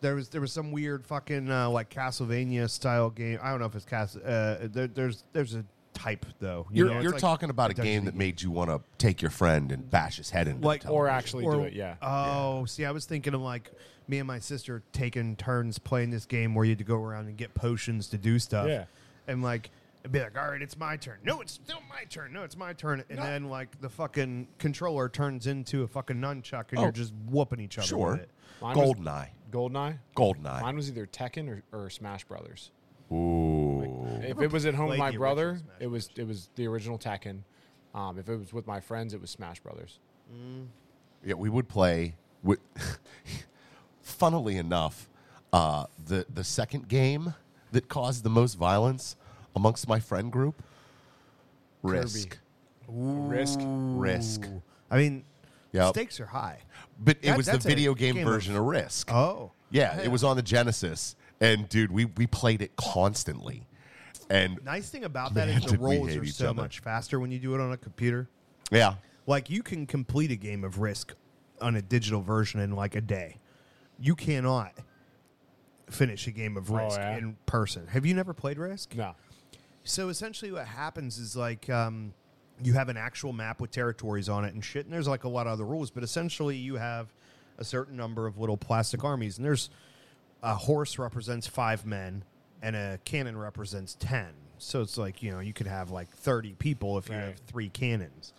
C: There was there was some weird fucking uh, like Castlevania style game. I don't know if it's Cas. Uh, there, there's there's a type though. you
D: you're,
C: know? It's
D: you're
C: like-
D: talking about a
C: Dungeon
D: game that made you want to take your friend and bash his head into
C: Like,
D: the
E: Or
D: television.
E: actually do it, yeah.
C: Oh, see, I was thinking of like me and my sister taking turns playing this game where you had to go around and get potions to do stuff.
E: Yeah.
C: And like, it'd be like, all right, it's my turn. No, it's still my turn. No, it's my turn. And then like the fucking controller turns into a fucking nunchuck and
D: Oh.
C: you're just whooping each other.
D: sure,
C: With it.
E: Mine was-
D: Goldeneye,
E: Goldeneye.
D: Goldeneye.
E: Mine was either Tekken or, or Smash Brothers.
D: Ooh,
E: If it was at home with
C: played
E: my
C: the
E: brother,
C: original Smash
E: it was it was the original Tekken. Um, if it was with my friends, it was Smash Brothers.
D: yeah, we would play. With, <laughs> funnily enough, uh, the the second game that caused the most violence amongst my friend group, Risk,
E: Risk.
D: Risk.
C: I mean,
D: Yep.
C: stakes are high.
D: But it
C: That-
D: was the
C: that's a
D: video game,
C: game of-
D: version of, Risk.
C: Oh.
D: Yeah, it was on the Genesis, and dude, we we played it constantly, and
C: Nice thing about that is
D: Man,
C: the
D: did we
C: rolls
D: hate
C: are
D: each
C: so
D: other.
C: much faster when you do it on a computer.
D: yeah,
C: Like you can complete a game of Risk on a digital version in like a day. You cannot finish a game of Risk
E: yeah?
C: in person. Have you never played Risk?
E: No.
C: So essentially, what happens is like um, you have an actual map with territories on it and shit, and there's like a lot of other rules, but essentially you have a certain number of little plastic armies, and there's a horse represents five men, and a cannon represents ten. So it's like you know you could have like thirty people if you
E: Right.
C: have three cannons,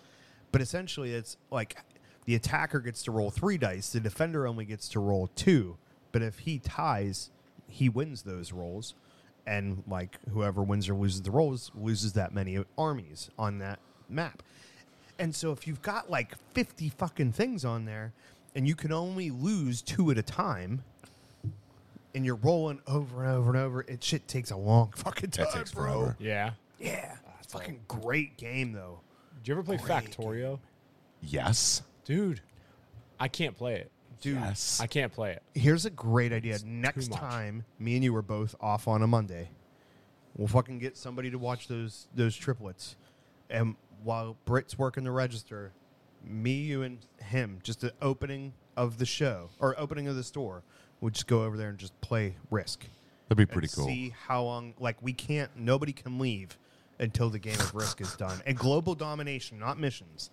C: but essentially it's like the attacker gets to roll three dice, the defender only gets to roll two, but if he ties, he wins those rolls and like whoever wins or loses the rolls loses that many armies on that map. And so if you've got like 50 fucking things on there and you can only lose two at a time and you're rolling over and over and over, it shit takes a long fucking time,
D: that takes
C: bro.
D: forever.
E: Yeah.
C: Yeah. fucking great game though.
E: Did you ever play Factorio?
D: Yes,
E: Dude, I can't play it.
C: Dude,
D: yes.
E: I can't play it.
C: here's a great idea. Next
E: much.
C: time me and you are both off on a Monday, we'll fucking get somebody to watch those those triplets. And while Britt's working the register, me, you, and him, just the opening of the show or opening of the store, we'll just go over there and just play Risk.
D: That'd be
C: and
D: pretty cool.
C: See how long? Like we can't. Nobody can leave until the game of Risk is done. And global domination, not missions.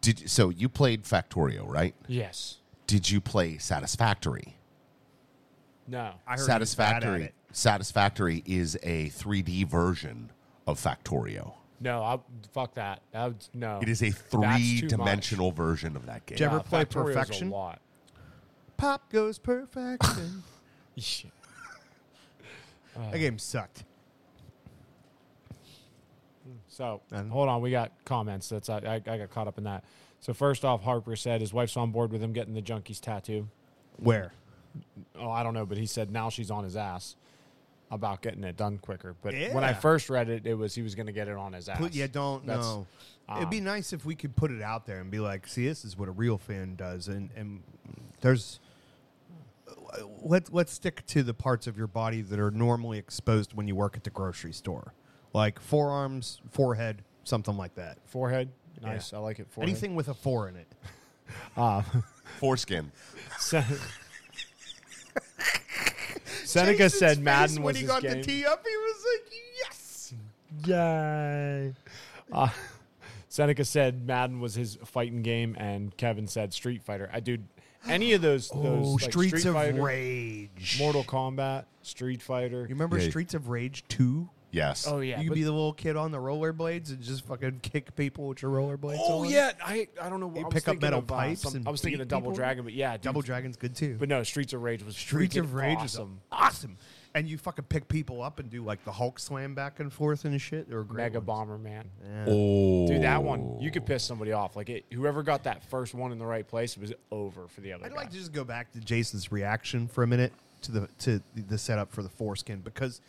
D: Did you- so you played Factorio, right?
E: Yes.
D: Did you play Satisfactory?
E: No.
C: I heard he's bad at
D: Satisfactory.
C: it.
D: Satisfactory is a 3D version of Factorio.
E: No, I fuck that. That would, no.
D: It is a
E: Oh. That's too much.
D: three-dimensional version of that game.
C: Ever play
E: Factorio's a
C: Perfection? <laughs>
E: lot.
C: Pop goes perfection. that game sucked.
E: So
C: And-
E: hold on, we got comments. That's I, I, I got caught up in that. So first off, Harper said his wife's on board with him getting the junkies tattoo.
C: Where?
E: Oh, I don't know, but he said now she's on his ass about getting it done quicker. But when I
C: Yeah.
E: first read it, it was he was going to get it on his ass.
C: Pl- yeah, don't
E: That's- um,
C: know. It'd be nice if we could put it out there and be like, "See, this is what a real fan does," and and there's let let's stick to the parts of your body that are normally exposed when you work at the grocery store, like forearms, forehead, something like that.
E: Forehead, nice. I like it. Forehead.
C: Anything with a four in it.
D: Foreskin.
E: Sen- <laughs> Seneca said Madden was
C: when he
E: his
C: got
E: game.
C: the tee up, he was like, "Yes."
E: Yay. Uh, Seneca said Madden was his fighting game, and Kevin said Street Fighter. I dude, any of those, those
C: Oh,
E: like,
C: Streets
E: Street
C: of
E: Fighter,
C: Rage.
E: Mortal Kombat, Street Fighter.
C: You remember
D: Yeah.
C: Streets of Rage 2?
D: Yes.
E: Oh yeah,
C: you
E: but-
C: could be the little kid on the rollerblades and just fucking <laughs> kick people with your rollerblades.
E: oh
C: on.
E: yeah, I I don't know. what
C: You
E: I was
C: pick up
E: thinking
C: metal
E: of, uh,
C: pipes
E: some-
C: and
E: I was thinking
C: beat
E: of Double
C: people?
E: Dragon, but yeah, dude,
C: Double Dragon's good too.
E: But no, Streets of Rage was
C: Streets
E: freaking
C: of Rage
E: awesome.
C: is awesome. And you fucking pick people up and do like the Hulk slam back and forth and shit. Or
E: Mega Bomber Man.
D: Oh.
E: Dude, that one you could piss somebody off. Like it, whoever got that first one in the right place was over for the other.
C: I'd
E: guy.
C: like to just go back to Jason's reaction for a minute to the to the setup for the foreskin because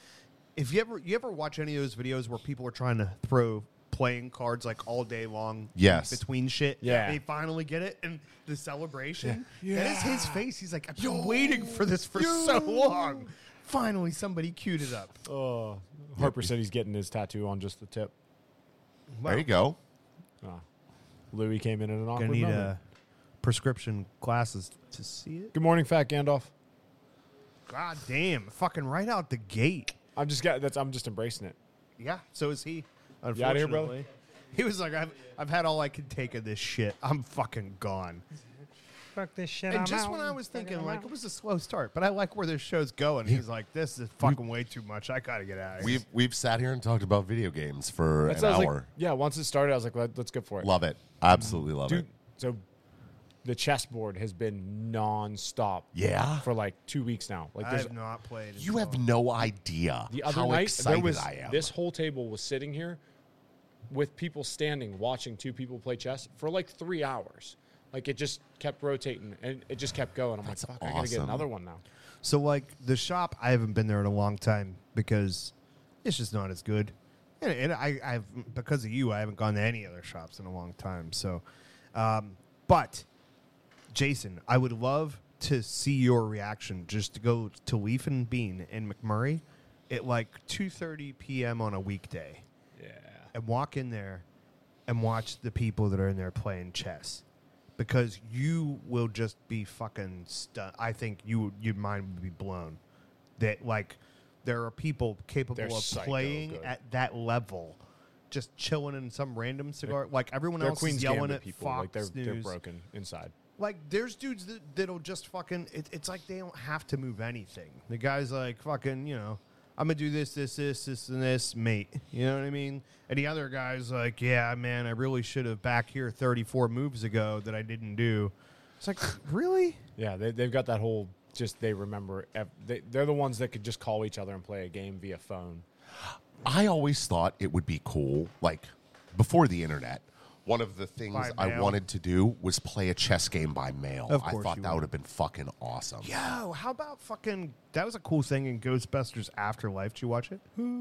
C: if you ever you ever watch any of those videos where people are trying to throw playing cards like all day long
D: Yes.
C: between shit
E: Yeah.
C: they finally get it and the celebration that is his face he's like i've been waiting for this for so long finally somebody queued it up
E: Oh, Harper said he's getting his tattoo on just the tip.
D: There you go.
E: Oh. Louis came in at an awkward
C: gonna need
E: moment.
C: a prescription glasses to see it
E: Good morning, Fat Gandalf.
C: god damn fucking right out the gate
E: I'm just got that's. I'm just embracing it.
C: Yeah, so is he. Unfortunately,
E: outta here, brother?
C: he was like, "I've I've had all I could take of this shit. I'm fucking gone."
F: Fuck this shit.
C: And just when I was thinking, like, it was a slow start, but I like where this show's going. He's like, "This is fucking way too much. I gotta get out of here."
D: We've we've sat here and talked about video games for
E: That's
D: an
E: I was
D: hour.
E: like, yeah. Once it started, I was like, Let, us go for it,
D: love it. Absolutely love
E: dude.
D: it.
E: So, the chessboard has been nonstop.
D: Yeah.
E: for like two weeks now. Like there's
C: I've not played.
D: You have no idea
E: uh, The other
D: how
E: night,
D: excited
E: there was
D: I am.
E: this whole table was sitting here with people standing watching two people play chess for like three hours. Like it just kept rotating and it just kept going. I'm
D: That's
E: like, fuck, I gotta get
D: awesome.
E: another one now.
C: so like the shop. I haven't been there in a long time because it's just not as good. And, and I, I've because of you, I haven't gone to any other shops in a long time. So, um, but Jason, I would love to see your reaction just to go to Leaf and Bean and McMurray at like 2:30 p.m. on a weekday. Yeah. And walk in there and watch the people that are in there playing chess. Because you will just be fucking stunned. I think you your mind would be blown that like there are people capable
E: They're
C: of
E: psycho
C: playing
E: good.
C: at that level, just chilling in some random cigar. like everyone
E: They're
C: else
E: Queen's
C: is yelling
E: Gambit
C: at
E: people.
C: Fox
E: like they're they're
C: News.
E: broken inside.
C: Like there's dudes that, that'll just fucking. It, it's like they don't have to move anything. The guy's like fucking. You know, I'm gonna do this, this, this, this, and this, mate. You know what I mean? And the other guy's like, yeah, man, I really should have back here 34 moves ago that I didn't do. It's like, <laughs> really?
E: Yeah, they, they've got that whole just they remember. ev- They, they're the ones that could just call each other and play a game via phone.
D: I always thought it would be cool, like before the internet. One of the things
C: By
D: I
C: mail.
D: wanted to do was play a chess game by mail.
C: Of
D: I
C: course
D: thought
C: you
D: that
C: would.
D: would have been fucking awesome.
C: Yo, how about fucking? That was a cool thing in Ghostbusters Afterlife. Did you watch it?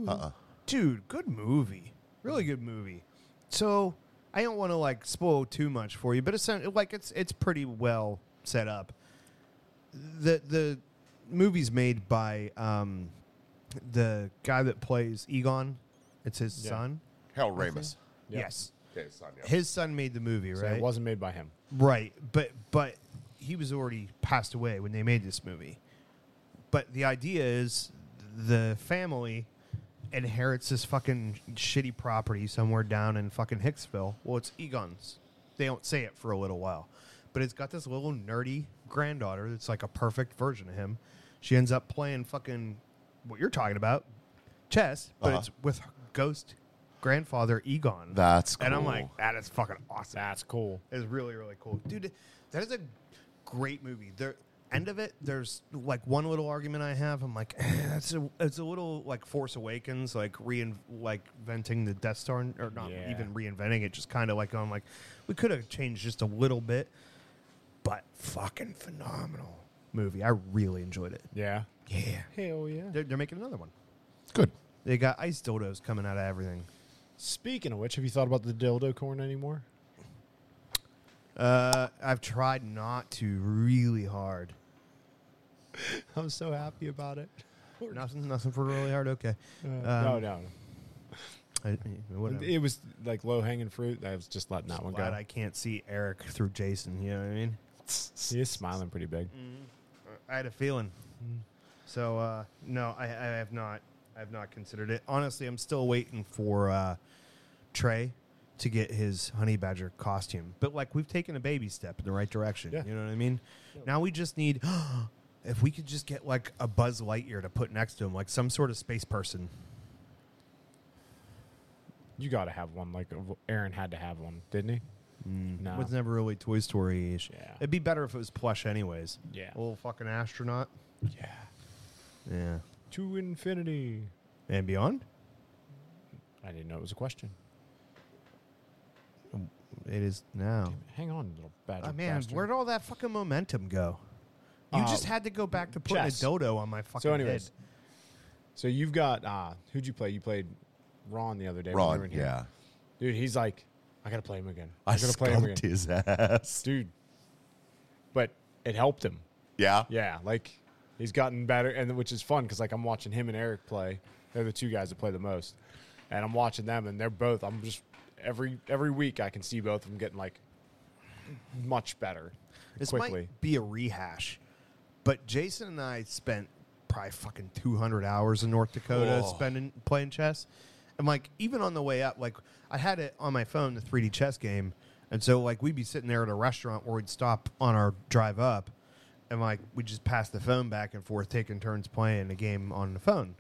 D: Uh-uh.
C: dude, good movie, really good movie. So I don't want to like spoil too much for you, but it's like it's it's pretty well set up. The the movie's made by um, the guy that plays Egon. It's his
E: Yeah.
C: son.
D: Hell, Ramus.
E: Yeah.
C: Yes,
D: Okay, son, yeah.
C: his son made the movie,
E: So
C: right?
E: it wasn't made by him.
C: Right, but but he was already passed away when they made this movie. But the idea is the family inherits this fucking shitty property somewhere down in fucking Hicksville. Well, it's Egon's. They don't say it for a little while, but it's got this little nerdy granddaughter that's like a perfect version of him. She ends up playing fucking what you're talking about, chess, but
D: Uh-huh.
C: it's with her ghost grandfather Egon.
D: That's
C: and I'm
D: cool.
C: like, that is fucking awesome.
E: That's cool.
C: It's really, really cool. Dude, that is a great movie. There end of it, there's like one little argument I have. I'm like, eh, it's a it's a little like Force Awakens, like rein like venting the Death Star or not
E: Yeah.
C: even reinventing it, just kinda like going like we could have changed just a little bit, but fucking phenomenal movie. I really enjoyed it.
E: Yeah.
C: Yeah.
E: Hell yeah.
C: They're, they're making another one.
D: good.
C: They got ice dildos coming out of everything.
E: Speaking of which, have you thought about the dildo corn anymore?
C: Uh, I've tried not to really hard.
E: <laughs> I'm so happy about it.
C: Nothing, nothing for really hard. Okay. Um,
E: no, no.
C: I, yeah, whatever.
E: It was like low hanging fruit. I was just letting that one
C: Glad
E: go.
C: I can't see Eric through Jason. You know what I mean?
E: He is smiling pretty big.
C: Mm. I had a feeling. So uh, no, I, I have not. I have not considered it. Honestly, I'm still waiting for uh, Trey to get his honey badger costume. But like we've taken a baby step in the right direction.
E: Yeah.
C: You know what I mean? Now we just need <gasps> if we could just get like a Buzz Lightyear to put next to him, like some sort of space person.
E: You got to have one. Like uh, Aaron had to have one, didn't he? no.
C: was never really Toy Story ish.
E: Yeah.
C: It'd be better if it was plush, anyways.
E: Yeah.
C: A little fucking astronaut.
E: yeah.
C: Yeah.
E: To infinity.
C: And beyond?
E: I didn't know it was a question.
C: It is now.
E: Hang on, little badger.
C: Oh, man,
E: bastard.
C: where'd all that fucking momentum go? You
E: Uh,
C: just had to go back to putting
E: chess.
C: a dodo on my fucking
E: so, anyways,
C: head.
E: so you've got uh, who'd you play? You played Ron the other day. when we were
D: Ron,
E: in here.
D: yeah.
E: dude. He's like, I gotta play him again. I,
D: I
E: gotta play him again,
D: skunked his ass.
E: dude. But it helped him.
D: Yeah.
E: Yeah, like he's gotten better, and which is fun because like I'm watching him and Eric play. They're the two guys that play the most, and I'm watching them, and they're both. I'm just every every week I can see both of them getting like much better
C: This
E: quickly.
C: might be a rehash, but Jason and I spent probably fucking 200 hours in North Dakota
D: Oh.
C: spending playing chess. And like even on the way up, like I had it on my phone, the 3D chess game, and so like we'd be sitting there at a restaurant where we'd stop on our drive up, and like we would just pass the phone back and forth, taking turns playing a game on the phone.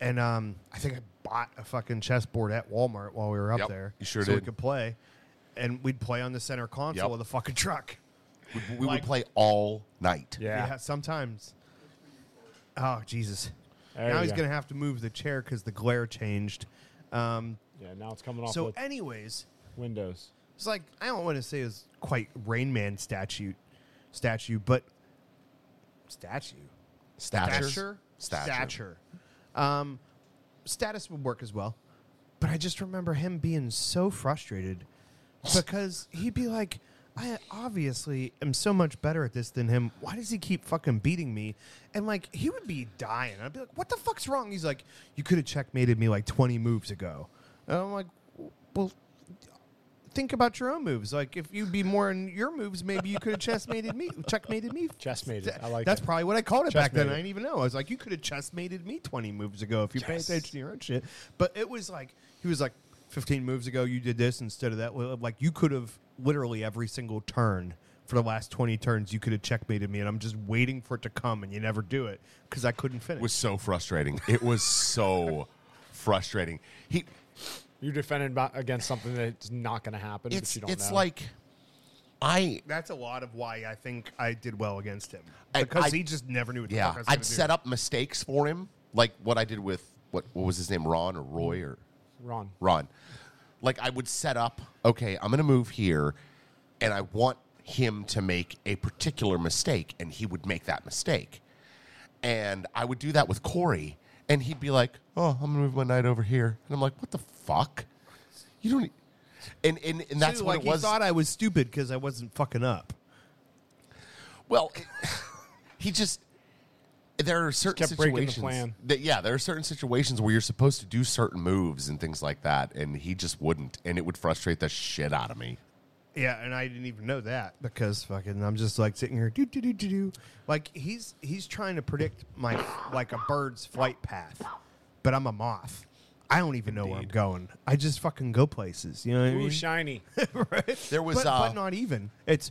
C: And um, I think I bought a fucking chessboard at Walmart while we were up
D: Yep,
C: there,
D: you sure
C: so we
D: did.
C: could play. And we'd play on the center console
D: Yep.
C: of the fucking truck.
D: We, we would play all night.
E: Yeah.
C: sometimes. Oh Jesus!
E: There
C: now
E: you
C: he's
E: go.
C: gonna have to move the chair because the glare changed. Um,
E: Yeah, now it's coming off
C: so,
D: eh
E: with
C: anyways,
E: Windows.
C: it's like I don't want to say it's quite Rain Man statue, statue, but statue, stature,
D: Stature.
C: stature. Um, status would work as well, but I just remember him being so frustrated because he'd be like, "I obviously am so much better at this than him. Why does he keep fucking beating me?" And like he would be dying. I'd be like, "What the fuck's wrong?" He's like, "You could have checkmated me like twenty moves ago," and I'm like, "Well." Think about your own moves. Like if you'd be more in your moves, maybe you could <laughs> have checkmated me. Checkmated me.
E: Checkmated. I like
C: That's
E: it.
C: probably what I called it back then.
E: Chessmated.
C: I didn't even know. I was like, you could have chessmated me 20 moves ago if you pay
E: Yes.
C: attention to your own shit. But it was like, he was like, 15 moves ago, you did this instead of that. Well, Like, you could have literally every single turn for the last 20 turns, you could have checkmated me. And I'm just waiting for it to come, and you never do it because I couldn't finish.
D: It was so frustrating. It was so frustrating. He
E: You're defending about, against something that's not going to happen, but
D: it's
E: you don't
D: it's
E: know.
D: like I
C: That's a lot of why I think I did well against him.
D: I-
C: Because
D: I-
C: he just never knew what the
D: yeah,
C: fuck I was
D: I'd set up mistakes for him, like what I did with what what was his name, Ron or Roy or
E: Ron.
D: Ron. Like I would set up, okay, I'm going to move here and I want him to make a particular mistake and he would make that mistake. And I would do that with Corey and he'd be like, "Oh, I'm going to move my knight over here." And I'm like, "What the fuck? You don't e-" And and, and that's what
C: like,
D: it was.
C: He thought I was stupid because I wasn't fucking up.
D: Well, <laughs> he just there are certain
E: kept breaking the
D: situations.
E: plan.
D: That, yeah, there are certain situations where you're supposed to do certain moves and things like that, and he just wouldn't, and it would frustrate the shit out of me.
C: Yeah, and I didn't even know that because fucking I'm just like sitting here do do do do do. Like he's he's trying to predict my like a bird's flight path, but I'm a moth. I don't even know where I'm going. I just fucking go places. You know what I
E: Ooh,
C: mean?
D: <laughs>
E: shiny.
C: Right?
D: There was,
C: but,
D: uh,
C: but not even. It's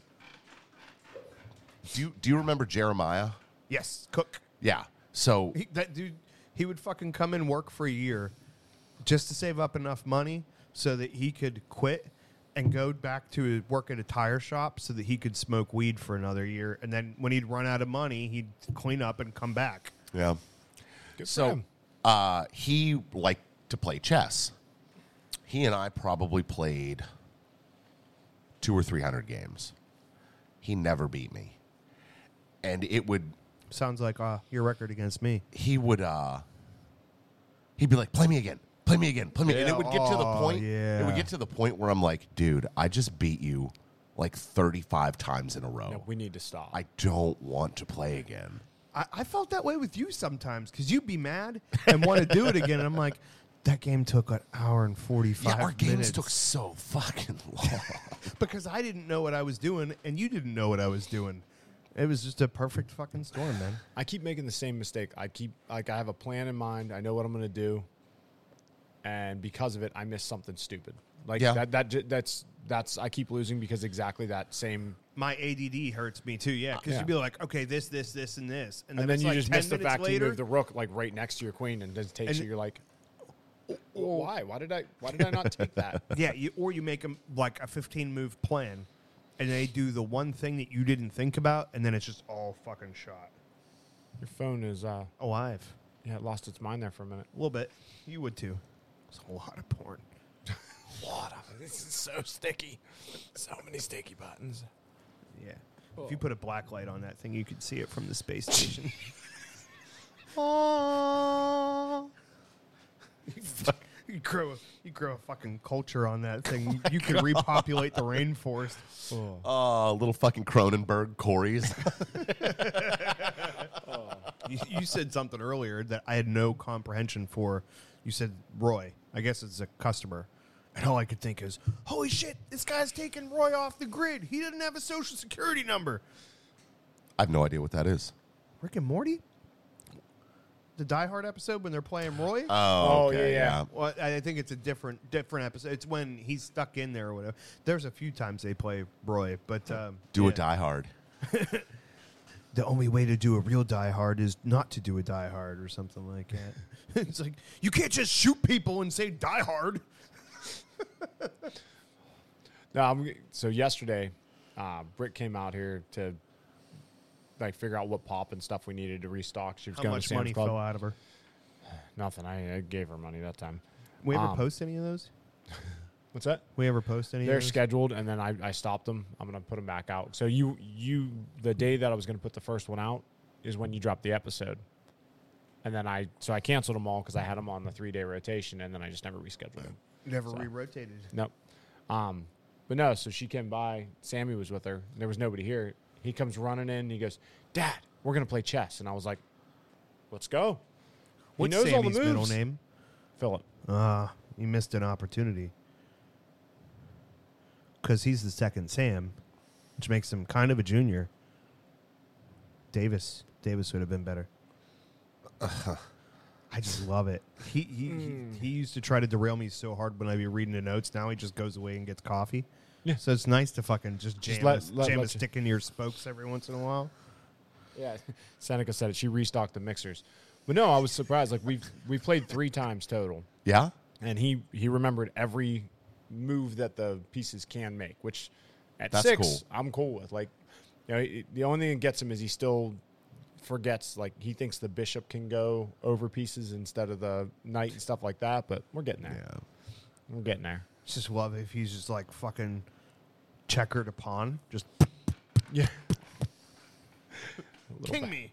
D: Do you, do you remember Jeremiah?
C: yes, cook.
D: Yeah. So
C: He, that dude, he would fucking come and work for a year just to save up enough money so that he could quit and go back to work at a tire shop so that he could smoke weed for another year. And then when he'd run out of money, he'd clean up and come back.
D: yeah. so uh, he liked to play chess. He and I probably played two or three hundred games. He never beat me, and it would
C: Sounds like uh, your record against me.
D: he would uh he'd be like play me again play me again play me and it would get to the
C: Oh,
D: point it
C: yeah.
D: would get to the point where i'm like dude i just beat you like 35 times in a row
E: No, we need to stop.
D: i don't want to play again
C: I, I felt that way with you sometimes because you'd be <laughs> mad and want to do it again. And I'm like, that game took an hour and 45
D: yeah our games
C: minutes
D: took so fucking <laughs> long
C: because I didn't know what I was doing and you didn't know what I was doing. It was just a perfect fucking storm, man.
E: I keep making the same mistake. I keep like I have a plan in mind. I know what I'm going to do, and because of it, I miss something stupid. Like
D: Yeah.
E: that that ju- that's that's I keep losing because exactly that same.
C: My ADD hurts me too. Yeah, because
E: Uh, Yeah.
C: you'd be like, okay, this, this, this, and this,
E: And, then
C: it's
E: you
C: like
E: just
C: 10
E: miss the
C: minutes
E: fact that you
C: later,
E: move the rook like right next to your queen and then takes
C: And-
E: you. You're like, well, why? Why did I? Why did I not take
C: <laughs>
E: that?
C: yeah, you, or you make them like a 15 move plan, and they do the one thing that you didn't think about, and then it's just all fucking shot.
E: Your phone is uh
C: Alive.
E: yeah, it lost its mind there for a minute.
C: A little bit. You would too. It's a lot of porn.
E: <laughs> This is so sticky. So many sticky buttons.
C: Yeah. If you put a black light on that thing, you could see it from the space <laughs> station. you grow, a, you grow a fucking culture on that thing. you could repopulate the <laughs> rainforest.
D: Oh, little fucking Cronenberg, Corey's.
C: You, you said something earlier that I had no comprehension for. You said Roy. I guess it's a customer. And all I could think is, holy shit, this guy's taking Roy off the grid. He doesn't have a social security number.
D: <laughs> I have no idea what that is.
C: Rick and Morty? The Die Hard episode when they're playing Roy?
D: Uh,
E: Oh,
D: okay,
E: yeah, yeah.
C: Well, I I think it's a different different episode. It's when he's stuck in there or whatever. There's a few times they play Roy, but um,
D: Do a
C: yeah.
D: Die Hard.
C: The only way to do a real Die Hard is not to do a Die Hard or something like that. <laughs> it's like you can't just shoot people and say Die Hard.
E: No, I'm, so yesterday, uh, Britt came out here to like figure out what pop and stuff we needed to restock. She was going to Sam's Club.
C: out of her?
E: Nothing. I, I gave her money that time.
C: We ever
E: Um,
C: post any of those?
E: What's that?
C: We ever post any?
E: They're
C: of those?
E: scheduled, and then I, I stopped them. I'm gonna put them back out. So you you the day that I was gonna put the first one out is when you dropped the episode, and then I so I canceled them all because I had them on the three day rotation, and then I just never rescheduled them.
C: Never re-rotated.
E: Nope. Um, but no, so she came by. Sammy was with her. and There was nobody here. He comes running in. And he goes, "Dad, we're gonna play chess." And I was like, "Let's go."
C: What's
E: he knows all the
C: Sammy's
E: moves.
C: middle name?
E: Philip.
C: Ah, you missed an opportunity. Because he's the second Sam, which makes him kind of a junior. Davis, Davis would have been
E: <sighs>
C: better. I just love it. He he,
E: Hmm.
C: he he used to try to derail me so hard when I'd be reading the notes. Now he just goes away and gets coffee.
E: Yeah.
C: So it's nice to fucking just jam,
E: let-
C: a,
E: let-
C: jam a
E: let you-
C: stick into your spokes every once in a while.
E: Yeah, <laughs> Seneca said it. She restocked the mixers, but no, I was surprised. Like we've we played three times total,
D: Yeah?
E: and he he remembered every move that the pieces can make, which at
D: That's
E: six
D: cool.
E: I'm cool with. Like, you know, it- the only thing that gets him is he still forgets. Like he thinks the bishop can go over pieces instead of the knight and stuff like that. But we're getting there. We're getting there.
C: Just love if he's just like fucking checkered upon. Just
D: <laughs>
E: Yeah.
C: king me.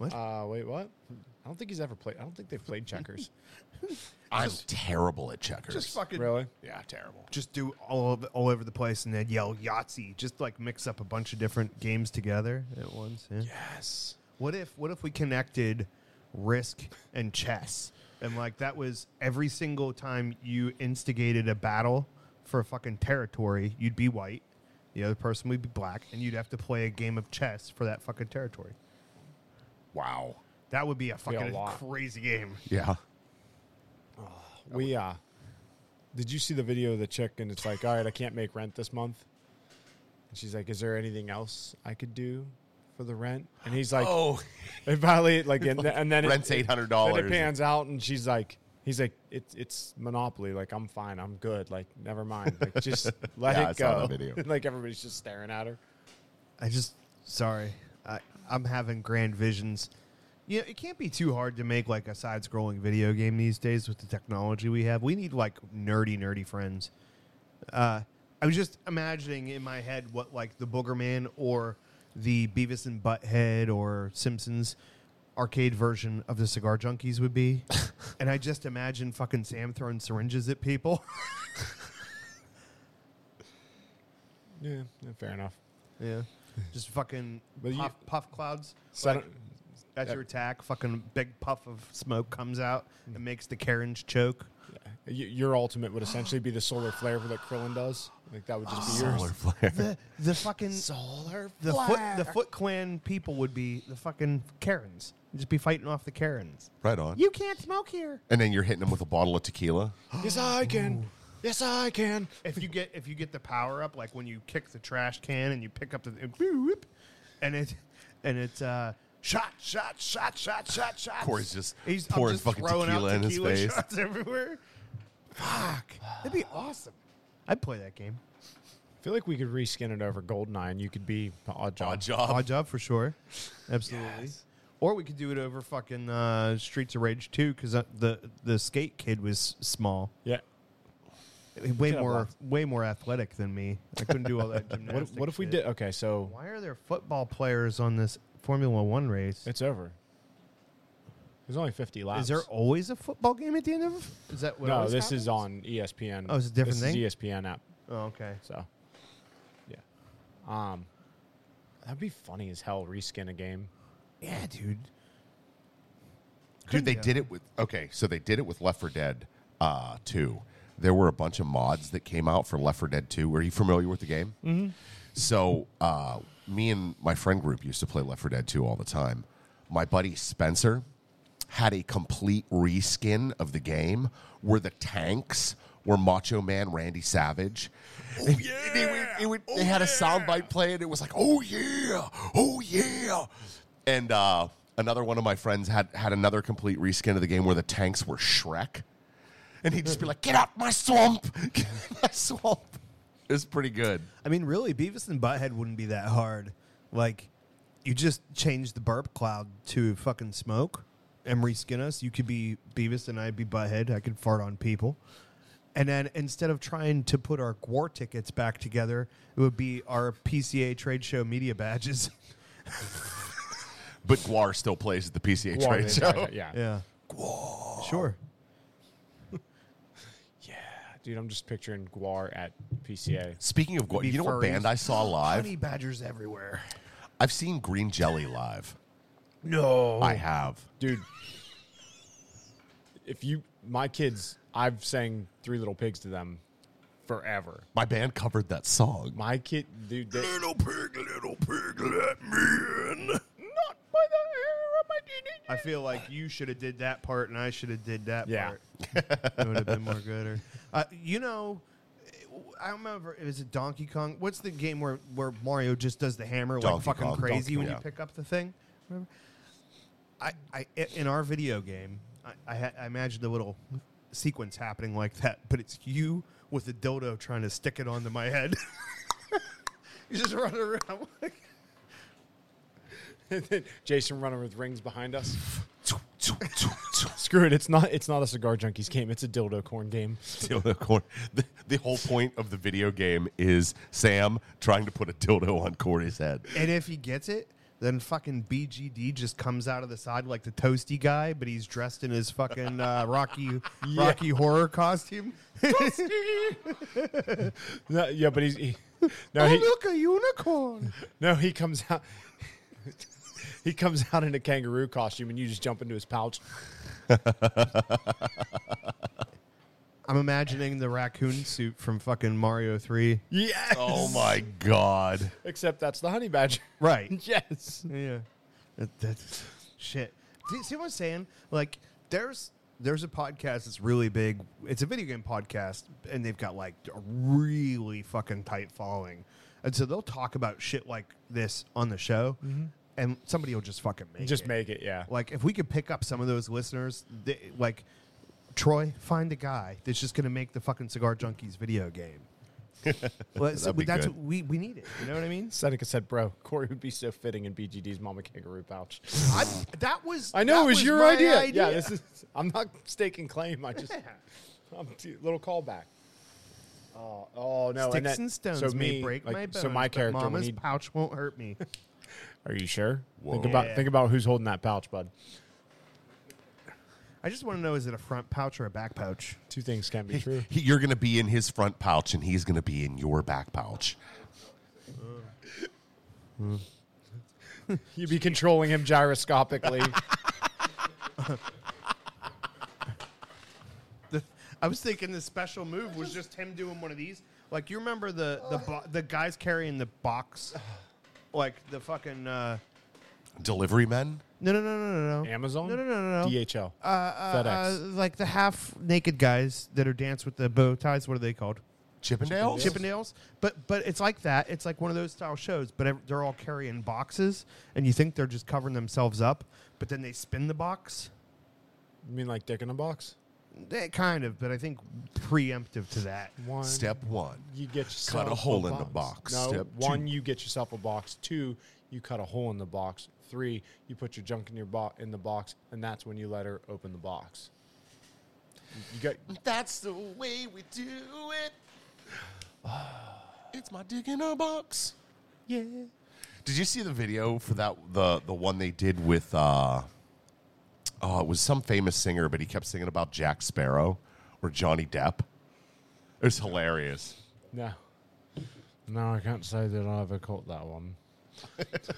E: Uh, wait, what? I don't think he's ever played. I don't think they've played
D: <laughs>
E: checkers.
D: I'm terrible at checkers.
C: Just fucking
E: really?
D: yeah, terrible.
C: just do all of, all over the place and then yell Yahtzee. Just like mix up a bunch of different games together at once. Yeah.
E: Yes.
C: What if what if we connected Risk and chess and like that was every single time you instigated a battle for a fucking territory, you'd be white, the other person would be black, and you'd have to play a game of chess for that fucking territory.
D: Wow.
C: That would be a
E: a
C: fucking
E: lot.
C: crazy game.
D: Yeah.
E: We
D: Oh.
E: uh did you see the video of the chick and it's like, all right, I can't make rent this month? And she's like, Is there anything else I could do for the rent? And he's like,
D: Oh,
E: and finally like
D: <laughs>
E: and, th- and then it-
D: Rent's
E: it-
D: $800.
E: Then it pans out and she's like he's like, It's it's monopoly, like I'm fine, I'm good, like never mind. Like just let
D: <laughs> Yeah,
E: it
D: I
E: go.
D: saw that video.
E: <laughs> like everybody's just staring at her.
C: I just sorry. I I'm having grand visions. You know, it can't be too hard to make like a side-scrolling video game these days with the technology we have. We need like nerdy, nerdy friends. Uh, I was just imagining in my head what like the Boogerman or the Beavis and Butthead or Simpsons arcade version of the Cigar Junkies would
E: <laughs>
C: be, and I just imagine fucking Sam throwing syringes at people.
E: Yeah, yeah, fair enough.
C: yeah, <laughs> just fucking
E: But you-
C: puff, puff clouds.
E: So I
C: like-
E: don't-
C: That's your
E: Yeah.
C: attack. Fucking big puff of smoke comes out and makes the Karens choke.
E: y- your ultimate would essentially be the solar flare that Krillin does. Like that would just be yours.
D: Oh, solar flare.
C: The the fucking
E: Solar
C: the foot the Foot Clan people would be the fucking Karens. You'd Just be fighting off the Karens.
D: Right on.
C: You can't smoke here.
D: and then you're hitting them with a bottle of tequila.
E: Yes, I can. Yes, I can.
G: If you get if you get the power up, like when you kick the trash can and you pick up the and whoop, and it and it's uh, shot, shot, shot, shot, shot, shot.
D: Corey's just
G: he's I'm
D: pouring
G: just
D: fucking
G: throwing
D: tequila
G: out
D: in his
G: tequila <laughs>
D: face.
G: Shots everywhere. Fuck, that'd be awesome. I'd play that game.
E: I feel like we could reskin it over Goldeneye, and you could be odd job.
D: odd job.
G: Odd job for sure. Absolutely.
C: Or we could do it over fucking uh, Streets of Rage 2 because the, the skate kid was small.
E: Yeah.
C: Way
E: Yeah,
C: more,
E: lots.
C: way more athletic than me. I couldn't do all
E: <laughs>
C: that
E: What,
C: gymnastics.
E: if- what if we
C: shit.
E: did? Okay, so
C: Why are there football players on this Formula One race?
E: it's over. There's only 50 laps.
C: Is there always a football game at the end of? Is that what?
E: no,
C: always
E: this
C: happens?
E: is on E ESPN.
C: Oh, it's a different
E: this
C: thing?
E: Is E ESPN app.
C: Oh, okay.
E: So, yeah. Um, that'd be funny as hell. Reskin a game.
C: Yeah, dude.
D: Dude, they did it with okay. So they did it with Left 4 Dead uh, two. There were a bunch of mods that came out for Left 4 Dead two. Are you familiar with the game? Mm-hmm. So uh, me and my friend group used to play Left 4 Dead two all the time. My buddy Spencer had a complete reskin of the game where the tanks were Macho Man Randy Savage. Oh, yeah! Oh, They, would- they would- they had a soundbite playing. It was like, oh, yeah! Oh, yeah! And uh, another one of my friends had, had another complete reskin of the game where the tanks were Shrek. And he'd just be like, get out my swamp! <laughs> Get out my swamp! It's pretty good.
C: I mean, really, Beavis and Butthead wouldn't be that hard. Like, you just change the burp cloud to fucking smoke and reskin us. You could be Beavis and I'd be Butthead. I could fart on people. And then instead of trying to put our GWAR tickets back together, it would be our PCA trade show media badges.
D: But Guar still plays at the PCA
E: Well,
D: trade
E: they-
D: show.
E: Yeah.
C: <laughs> yeah. Sure.
E: Dude, I'm just picturing Guar at PCA.
D: Speaking of Guar,
C: Be
D: you know what
C: furries.
D: band I saw live?
C: Honey badgers everywhere.
D: I've seen Green Jelly live.
C: No.
D: I have.
E: dude. If you, my kids, I've sang Three Little Pigs to them forever.
D: My band covered that song.
E: My kid, dude, they, <laughs>
D: little pig, little pig, let me in.
G: I feel like you should have did that part and I should have did that
E: Yeah.
G: part.
C: it would have been more good. Or, uh, you know, I remember it was a Donkey Kong. What's the game where, where Mario just does the hammer like
D: Donkey
C: fucking
D: Kong,
C: crazy
D: Donkey
C: when
D: Kong,
C: you
D: yeah.
C: pick up the thing? Remember? I, I i- in our video game, I I, ha- I imagined a little sequence happening like that, but it's you with a dildo trying to stick it onto my head. <laughs> you just running around. <laughs> Like,
E: Jason running with rings behind us.
D: <laughs>
E: Screw it, it's not, it's not a cigar junkies game. It's a dildo corn game.
D: Dildo corn. The, the whole point of the video game is Sam trying to put a dildo on Corey's head.
C: and if he gets it. Then fucking BGD just comes out of the side like the toasty guy, but he's dressed in his fucking <laughs> uh, Rocky Rocky horror costume.
E: No, yeah, but he's he, no, he,
C: Oh, a unicorn.
E: no, he comes out. <laughs> He comes out in a kangaroo costume, and you just jump into his pouch.
C: I'm imagining the raccoon suit from fucking Mario 3.
E: Yes.
D: Oh my god.
E: Except that's the honey badger. <laughs>
C: Right.
E: Yes.
C: yeah. That- Uh, that's <laughs> shit. Do you see what I'm saying? Like, there's there's a podcast that's really big. It's a video game podcast, and they've got like a really fucking tight following. And so they'll talk about shit like this on the show, and somebody will just fucking make
E: Just
C: it.
E: make it, yeah.
C: Like if we could pick up some of those listeners, they, like Troy, find a guy that's just going to make the fucking Cigar Junkies video game. well, so
D: That'd be
C: that's
D: good.
C: what we, we need it. You know what I mean?
E: Seneca said, "Bro, Corey would be so fitting in BGD's mama kangaroo pouch."
C: I, that was
E: I know
C: that
E: it was your
C: my
E: idea. Yeah, this is. I'm not staking claim. I just I'm t- little callback. Oh, oh no!
C: Sticks
E: that-
C: and stones
E: so
C: may
E: me,
C: break
E: like,
C: my bones,
E: So my
C: but
E: character, when
C: mama's
E: he-
C: pouch won't hurt me.
E: are you sure? Think
D: Whoa.
E: about think about who's holding that pouch, bud.
C: I just want to know: is it a front pouch or a back pouch?
E: Two things can be true. <laughs>
D: He- you're going to be in his front pouch and he's going to be in your back pouch.
E: You'd be controlling
C: <laughs>
E: him gyroscopically.
C: I was thinking the special move was just him doing one of these. Like you remember the the bo- the guys carrying the box, like the fucking uh,
D: delivery men.
C: No, no, no, no, no, no.
E: Amazon?
C: No, no, no, no, no.
E: DHL.
C: uh, uh,
E: FedEx.
C: uh, like the half naked guys that are dance with the bow ties. What are they called?
D: Chippendales?
C: Chippendales. But but it's like that. It's like one of those style shows. But ev- they're all carrying boxes, and you think they're just covering themselves up, but then they spin the box.
E: You mean like dick in a box?
C: They kind of, but I think preemptive to that.
E: One.
D: Step one.
E: You get yourself
D: a hole in the box.
E: No,
D: Step
E: one, you get yourself a box. Two, you cut a hole in the box. Three, you put your junk in your bo- in the box, and that's when you let her open the box. You got
D: That's the way we do it. It's my dick in a box.
C: Yeah.
D: Did you see the video for that the the one they did with uh oh it was some famous singer, but he kept singing about Jack Sparrow or Johnny Depp? It was hilarious.
E: no, no. I can't say that I ever caught that one.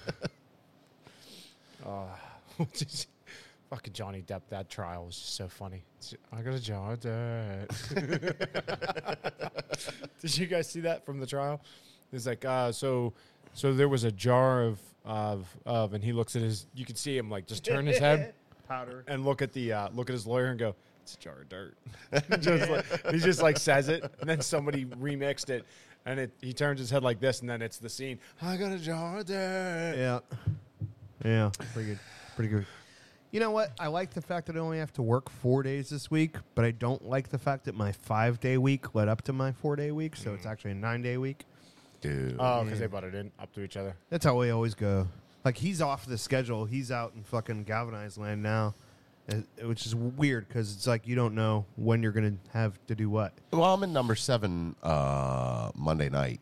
E: <laughs> uh, just- fucking Johnny Depp. That trial was just so funny. It's- I got a jar of dirt. <laughs> Did you guys see that from the trial? It's like uh, so, so there was a jar of of of, and he looks at his. You can see him like just turn his head, powder, and look at the uh, look at his lawyer and go, "It's a jar of dirt." <laughs> just like, he just like says it, and then somebody remixed it, and it he turns his head like this, and then it's the scene. I got a jar of dirt.
C: Yeah. Yeah. Pretty good. Pretty good. You know what? I like the fact that I only have to work four days this week, but I don't like the fact that my five day week led up to my four day week, so it's actually a nine day week.
D: Dude.
E: Oh, because they butted in up to each other.
C: That's how we always go. Like he's off the schedule. He's out in fucking galvanized land now, eh, which is weird because it's like you don't know when you're gonna have to do what.
D: well, I'm in number seven uh Monday night.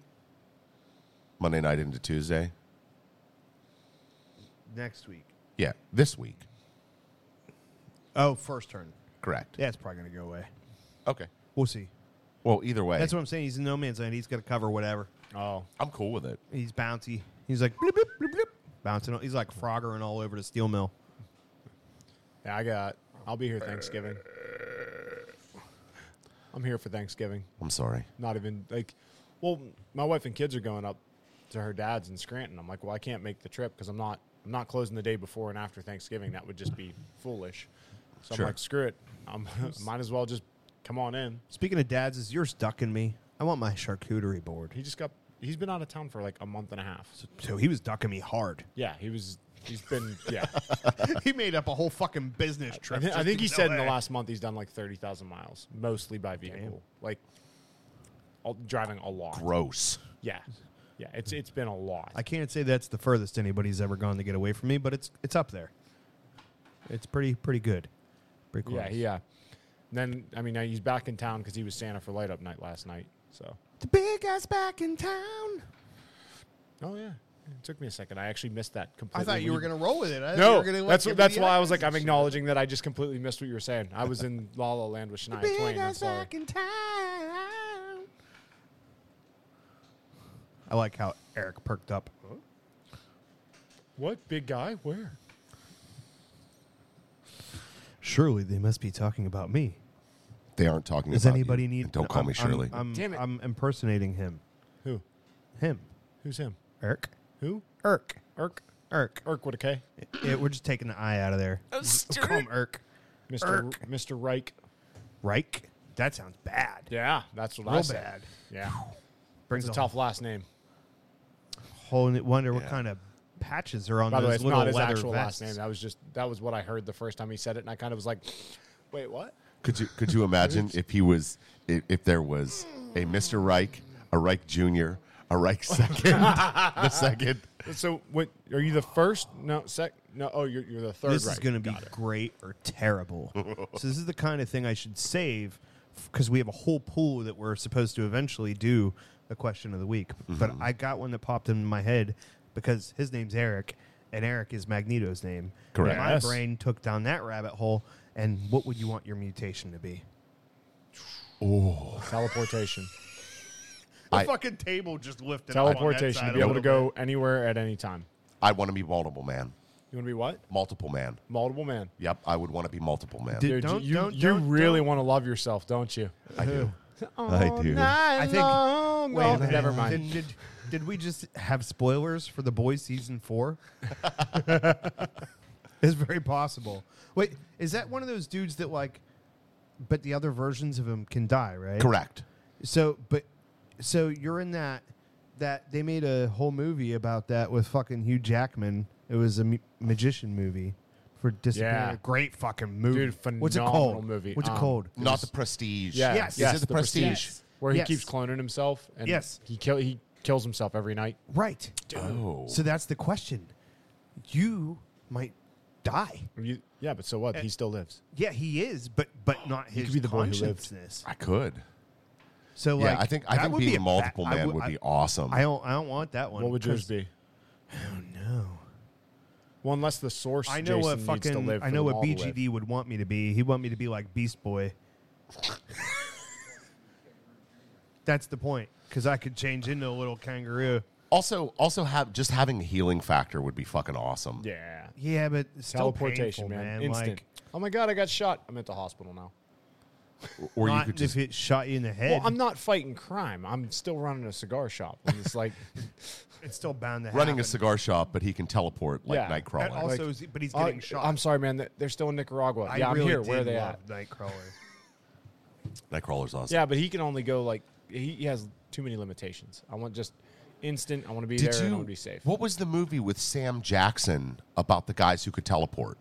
D: Monday night into Tuesday.
C: Next week.
D: Yeah, this week.
C: Oh, first turn.
D: Correct.
C: Yeah, it's probably gonna go away.
D: Okay.
C: We'll see.
D: Well, either way,
C: That's what I'm saying. He's in no man's land. He's got to cover whatever.
E: Oh,
D: I'm cool with it.
C: He's bouncy. He's like bloop, bloop, bloop, bloop, bouncing. all- He's like froggering all over the steel mill.
E: yeah, I got. I'll be here Thanksgiving. I'm here for Thanksgiving.
D: I'm sorry.
E: not even like well my wife and kids are going up to her dad's in scranton i'm like well i can't make the trip because i'm not i'm not closing the day before and after thanksgiving that would just be foolish so
D: Sure.
E: i'm <laughs> like screw it i might as well just come on in
C: Speaking of dads, is yours ducking me? I want my charcuterie board.
E: he just got he's been out of town for like a month and a half so
C: So he was ducking me hard. <laughs>
E: yeah he was he's been yeah
C: he made up a whole fucking business trip.
E: I, thi- I
C: just
E: think
C: to
E: he said in the
C: LA.
E: last month he's done like 30000 miles mostly by vehicle like all, driving a lot
D: Gross.
E: yeah yeah it's it's been a lot
C: I can't say that's the furthest anybody's ever gone to get away from me, but it's it's up there. It's pretty pretty good. Pretty close.
E: Yeah, yeah. And then I mean, now he's back in town because he was Santa for Light Up Night last night. So.
C: The big guy's back in town.
E: Oh yeah. It took me a second. I actually missed that
C: I
E: completely.
C: thought you were gonna roll with it. I
E: No, that's that's why I was like, I'm acknowledging that I just completely missed what you were saying. I was in La La Land with Shania Twain. I'm sorry.
C: in town. I like how Eric perked up.
E: What big guy? Where?
C: Surely they must be talking about me.
D: They aren't talking
C: Does
D: about you.
C: anybody need?
D: Don't call me
C: I'm-
D: Shirley.
C: I'm, I'm,
E: Damn it.
C: I'm impersonating him.
E: Who?
C: Him.
E: Who's him?
C: Eric.
E: Who?
C: Eric.
E: Irk.
C: Eric.
E: Irk with a K.
C: Yeah, we're just taking the I out of there.
E: Oh,
C: <laughs> Call him Irk.
E: Mr. Mr. Reich.
C: Reich. That sounds bad.
E: Yeah, that's what I
C: Real
E: said.
C: bad.
E: Yeah,
C: Brings
E: it's a tough last name.
C: whole new wonder what
D: Yeah.
C: kind of patches are on
E: By the
C: those
E: way, it's
C: little
E: not his
C: leather
E: actual
C: vests.
E: last name. That was just that was what I heard the first time he said it, and I kind of was like, "Wait, what?"
D: Could you could you imagine if he was if, if there was a Mr. Reich, a Reich Jr., a Reich <laughs> second, the second?
E: So, what are you the first? No, sec. No, oh, you're, you're the third.
C: This
E: right.
C: is going to be
E: Got it.
C: great or
E: <laughs>
C: terrible. so this is the kind of thing I should save because we have a whole pool that we're supposed to eventually do a question of the week. But
E: Mm-hmm.
C: I got one that popped into my head because his name's Eric, and Eric is Magneto's name.
D: Correct.
C: And my
E: Yes.
C: brain took down that rabbit hole. And what would you want your mutation to be?
E: teleportation.
G: The
D: I-
G: fucking table just lifted
E: teleportation.
G: Up
E: To
G: on that side
E: be
G: a
E: able to
G: little
E: go anywhere at any time.
D: I want to be multiple man,
E: You want to be what?
D: multiple man.
E: Multiple man.
D: Yep, I would want to be multiple man.
C: Did-
E: Dude,
C: Don't-
E: you
C: don't-
E: you
C: don't-
E: really
C: don't.
E: want to love yourself, don't you?
D: I do. I do.
C: I think
E: long well, never
C: Did,
E: mind.
C: did, did we just have spoilers for the boys season four? <laughs> it's very possible. Wait, is that one of those dudes that like, but the other versions of him can die, right?
D: Correct.
C: So, but so you're in that that they made a whole movie about that with fucking Hugh Jackman. It was a m- magician movie for disappearing.
E: Yeah.
C: A great fucking movie.
E: Dude,
C: What's it
E: phenomenal
C: called?
E: movie.
C: What's it
E: Um,
C: called?
D: Not the prestige.
E: Yeah.
C: Yes.
D: Is it the, prestige?
E: Where
C: Yes.
E: he keeps cloning himself and
C: Yes.
E: he kill he kills himself every night.
C: Right.
D: Oh.
C: So that's the question. You might die.
E: You- yeah, but so what?
C: Eh.
E: he still lives.
C: Yeah, he is, but but not his
E: could be the boy who lived.
C: consciousness.
D: I could.
C: So
D: Yeah,
C: like,
D: I think I
C: that
D: think
C: would
D: being
C: be
D: a multiple
C: bad- I
D: man
C: would-
D: would be
C: I-
D: awesome.
C: I don't I don't want that one.
E: What would yours
C: 'cause-
E: be?
C: Oh no.
E: Well, unless the source
C: I know what
E: Jason needs to
C: fucking
E: live
C: I
E: for
C: know what
E: them all to live.
C: BGD would want me to be. He want me to be like Beast Boy. <laughs> That's the point, because I could change into a little kangaroo.
D: also, also have just having a healing factor would be fucking awesome.
E: Yeah.
C: Yeah, but it's still
E: Teleportation,
C: painful,
E: man.
C: man.
E: Instant.
C: Like,
E: oh my god, I got shot. I'm at the hospital now.
D: Or you
C: not
D: could just
C: if it shot you in the head.
E: Well, I'm not fighting crime. I'm still running a cigar shop. And it's like,
C: it's still bound to
D: running a
C: happen.
D: cigar shop, but he can teleport like
E: Yeah.
D: Nightcrawler.
C: And also,
E: Like,
C: is he- but he's <laughs>
E: "Oh,
C: getting shot.
E: I'm sorry, man. th- They're still in Nicaragua.
C: I
E: yeah,
C: really
E: I'm here. Where are
C: did
E: they
C: love
E: at?
C: Nightcrawler.
D: Nightcrawler's awesome.
E: Yeah, but he can only go like he, he has too many limitations. I want just instant. I want to be
D: Did
E: there and I
D: you?
E: want to be safe.
D: What was the movie with Sam Jackson about the guys who could teleport?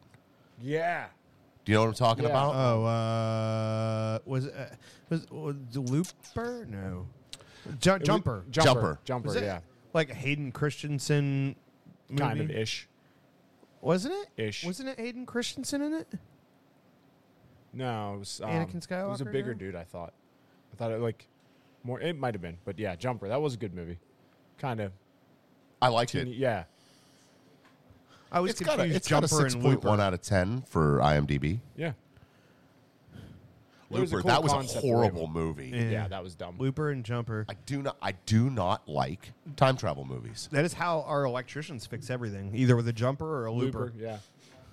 E: Yeah.
D: Do you know what I'm talking
E: Yeah.
D: about?
C: <laughs> Oh, uh, was it, uh, was, was the Looper? No, Ju- Jumper.
E: Jumper.
D: Jumper.
E: Jumper.
C: Was it
E: yeah.
C: like a Hayden Christensen movie?
E: Kind of ish.
C: wasn't it?
E: ish.
C: Wasn't it Hayden Christensen in it?
E: No, it was um,
C: Anakin
E: It was a
C: Skywalker
E: bigger
C: guy?
E: dude. I thought. I thought it like more. It might have been, but yeah, Jumper. That was a good movie. Kind of.
D: I liked it.
E: Yeah.
C: I was
D: It's got
C: confused.
D: a, it's got a
C: Jumper
D: six
C: and
D: point
C: Looper.
D: one out of ten for IMDb.
E: Yeah. It was a
D: Looper,
E: cool
D: that was a
E: concept
D: horrible
E: label.
D: movie.
E: Yeah. that was dumb.
C: Looper and Jumper.
D: I do not. I do not like time travel movies.
C: That is how our electricians fix everything, either with a jumper or a looper.
E: Looper. Yeah.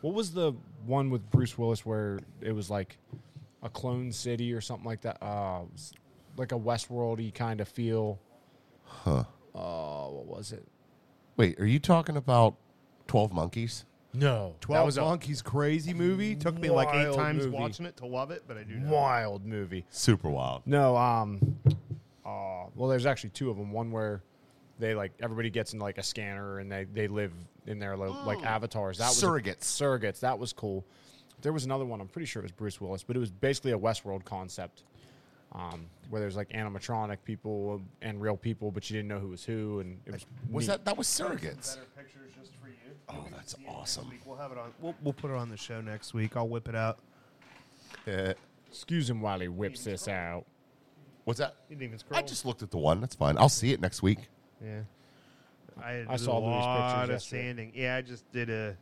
E: What was the one with Bruce Willis where it was like a clone city or something like that? Uh, it was like a Westworldy kind of feel. Huh. Uh, what was it?
D: Wait, are you talking about Twelve Monkeys?
E: No.
C: Twelve Monkeys crazy movie took me like eight
E: wild
C: times
E: movie.
C: watching it to love it, but I do. Know.
E: wild movie.
D: Super wild.
E: No, um, uh, well, there's actually two of them. One where they like everybody gets in like a scanner and they they live in their lo- like
C: Oh.
E: avatars. That was a-
D: Surrogates.
E: surrogates. That was cool. There was another one. I'm pretty sure it was Bruce Willis, but it was basically a Westworld concept, um, where there's like animatronic people and real people, but you didn't know who was who, and it was
D: Was
E: neat.
D: that that was surrogates?
C: pictures just for you.
D: Oh, that's awesome.
C: We'll have it on. We'll, we'll put it on the show next week. I'll whip it out.
D: Uh,
E: Excuse him while he whips this out.
D: What's that?
C: You didn't even scroll.
D: I just looked at the one. That's fine. I'll see it next week.
C: Yeah. I,
E: I saw
C: saw a
E: Louis' pictures
C: lot of
E: yesterday.
C: sanding. Yeah, I just did a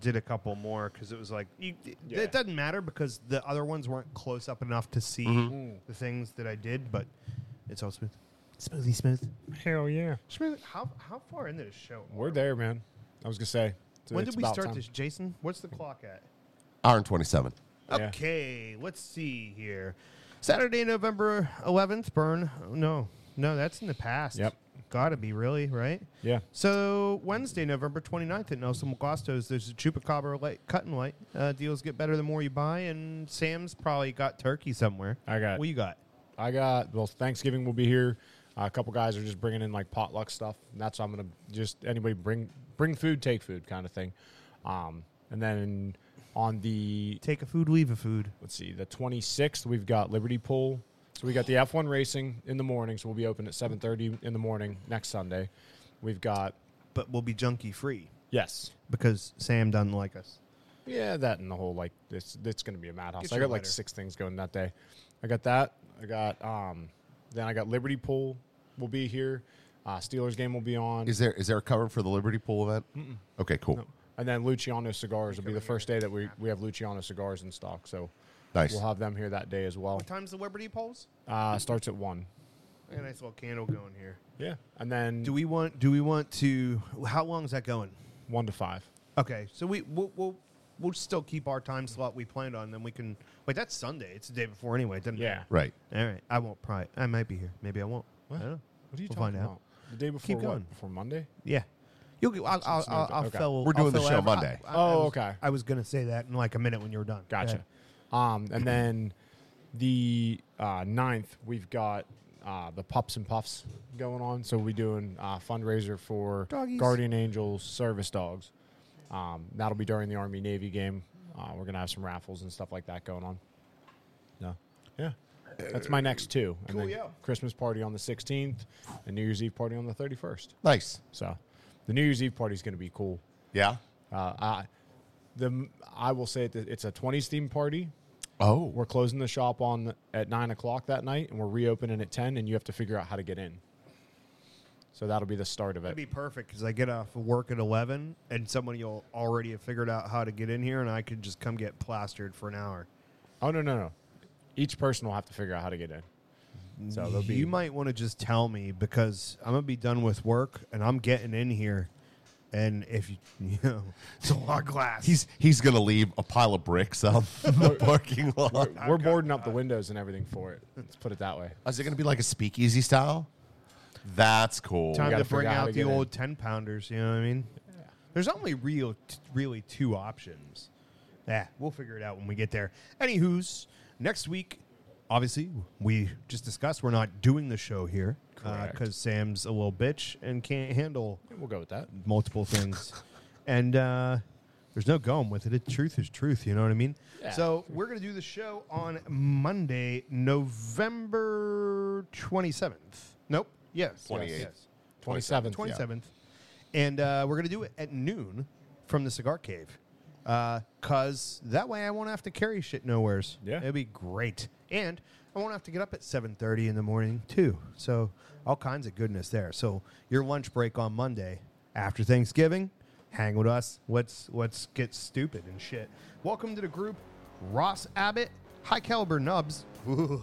C: did a couple more because it was like you,
E: Yeah.
C: it doesn't matter because the other ones weren't close up enough to see
D: Mm-hmm.
C: the things that I did, but it's all smooth, smoothly smooth.
F: Hell yeah.
C: Smooth. How how far into this show? are
E: We're there, man. I was gonna say. so
C: When
E: it's
C: did we
E: about
C: start
E: time.
C: this, Jason? What's the clock at?
D: Hour and twenty seven.
E: Yeah.
C: Okay, let's see here. Saturday, November 11th, burn. Oh, no, no, that's in the past.
E: Yep.
C: Gotta be, really, right?
E: Yeah.
C: So, Wednesday, November 29th at Nelson Mogosto's, there's a Chupacabra light, cut and light. Uh, deals get better the more you buy, and Sam's probably got turkey somewhere.
E: I got-
C: What you got?
E: I got well. Thanksgiving will be here. Uh, a couple guys are just bringing in like potluck stuff, and that's I'm gonna just anybody bring bring food, take food kind of thing. Um, and then on the
C: Take a food, leave a food.
E: let's see, the 26th we've got Liberty Pool. So we got the F1 racing in the morning, so we'll be open at 7:30 in the morning next Sunday. We've got
C: But we'll be junkie free
E: yes,
C: because Sam doesn't like us.
E: Yeah, that and the whole like this. It's going to be a madhouse.
C: Get
E: I
C: your
E: got like
C: lighter.
E: six things going that day. I got that. I got um. Then I got Liberty Pool will be here. Uh, Steelers game will be on.
D: Is there is there a cover for the Liberty Pool event? Okay, cool.
E: and then Luciano Cigars will be the first day that we, we have Luciano Cigars in stock. So
D: Nice.
E: we'll have them here that day as well.
C: What time's the Liberty Polls?
E: Uh, starts at 1.
C: I got a nice little candle going here.
E: Yeah. And then
C: Do we want? Do we want to? How long is that going?
E: 1 to 5.
C: Okay, so we we'll, we'll we'll still keep our time slot we planned on. Then we can wait. That's Sunday. It's the day before anyway. Doesn't
E: Yeah.
D: Right.
C: matter. All right. I won't. Probably. I might be here. Maybe I won't.
E: What?
C: I don't know.
E: What are you
C: We'll
E: talking
C: find out.
E: about? The day before
C: Keep
E: what?
C: going.
E: Before Monday?
C: Yeah. You'll, get- I'll, I'll, I'll, I'll
E: Okay.
C: fill-
D: We're
C: I'll
D: doing the
C: fill
D: show
C: ev- I-
D: Monday.
C: I- I
E: Oh,
C: was-
E: okay.
G: I was gonna say that in like a minute when you were done.
E: Gotcha. Um, and then the uh, ninth, we've got uh, the Pups and Puffs going on. So we're doing a fundraiser for
C: Doggies.
E: Guardian Angels service dogs. Um, that'll be during the Army Navy game. Uh, we're gonna have some raffles and stuff like that going on. No. Yeah. That's my next two. And then Christmas party on the 16th and New Year's Eve party on the 31st.
D: Nice.
E: So the New Year's Eve party is going to be cool.
D: Yeah.
E: Uh, I, the I will say that it's a 20s theme party.
D: Oh,
E: We're closing the shop on at nine o'clock that night, and we're reopening at ten. And you have to figure out how to get in. So that'll be the start of it.
C: That'd be perfect because I get off of work at 11 and somebody will already have figured out how to get in here and I could just come get plastered for an hour.
E: oh no no no! Each person will have to figure out how to get in. So they'll be
C: you might want to just tell me because I'm going to be done with work and I'm getting in here. And if you, <laughs> you know, it's a lot of glass.
E: Oh,
D: he's he's gonna leave a pile of bricks out in the parking lot.
E: we're boarding up the windows and everything for it. Let's put it that way.
D: Is it gonna be like a speakeasy style? That's cool.
C: time
E: gotta
C: to bring
E: figure out how
C: out
E: to
C: the
E: get in.
C: old 10 pounders. You know what I mean? There's only real, t- really two options. Yeah, we'll figure it out when we get there. Anywho's, next week, obviously, we just discussed we're not doing the show here
E: Correct.
C: because Sam's a little bitch and can't handle
E: We'll go with that.
C: multiple things. and uh, there's no going with it. It- Truth is truth. You know what I mean?
E: Yeah.
C: So we're going to do the show on Monday, November 27th. Nope. Yes.
D: 28th.
C: Yes.
E: Twenty seventh.
C: 27th. And uh, we're going to do it at noon from the cigar cave. Because that way I won't have to carry shit nowheres.
E: Yeah.
C: It'd be great. And I won't have to get up at 7.30 in the morning, too. So all kinds of goodness there. So your lunch break on Monday after Thanksgiving, hang with us. Let's, let's get stupid and shit. Welcome to the group, Ross Abbott, High Caliber Nubs. Ooh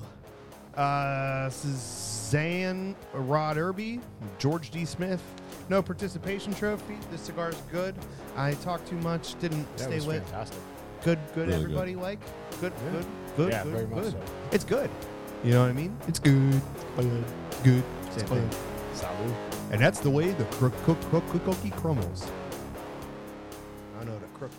C: uh, Suzanne Rod Irby, George D. Smith. No participation trophy. The cigar's good. I talked too much. Didn't
E: That
C: stay
E: was
C: lit.
E: fantastic.
C: Good, good.
D: Really
C: everybody like good,
E: Yeah.
C: good, good,
E: Yeah,
C: good,
E: very much
C: good.
E: so.
C: It's good. You know what I mean? It's good. Good. Good. Same thing.
E: Salud.
C: And that's the way the crook, crook, crook, crook, crumbles. I know the crook.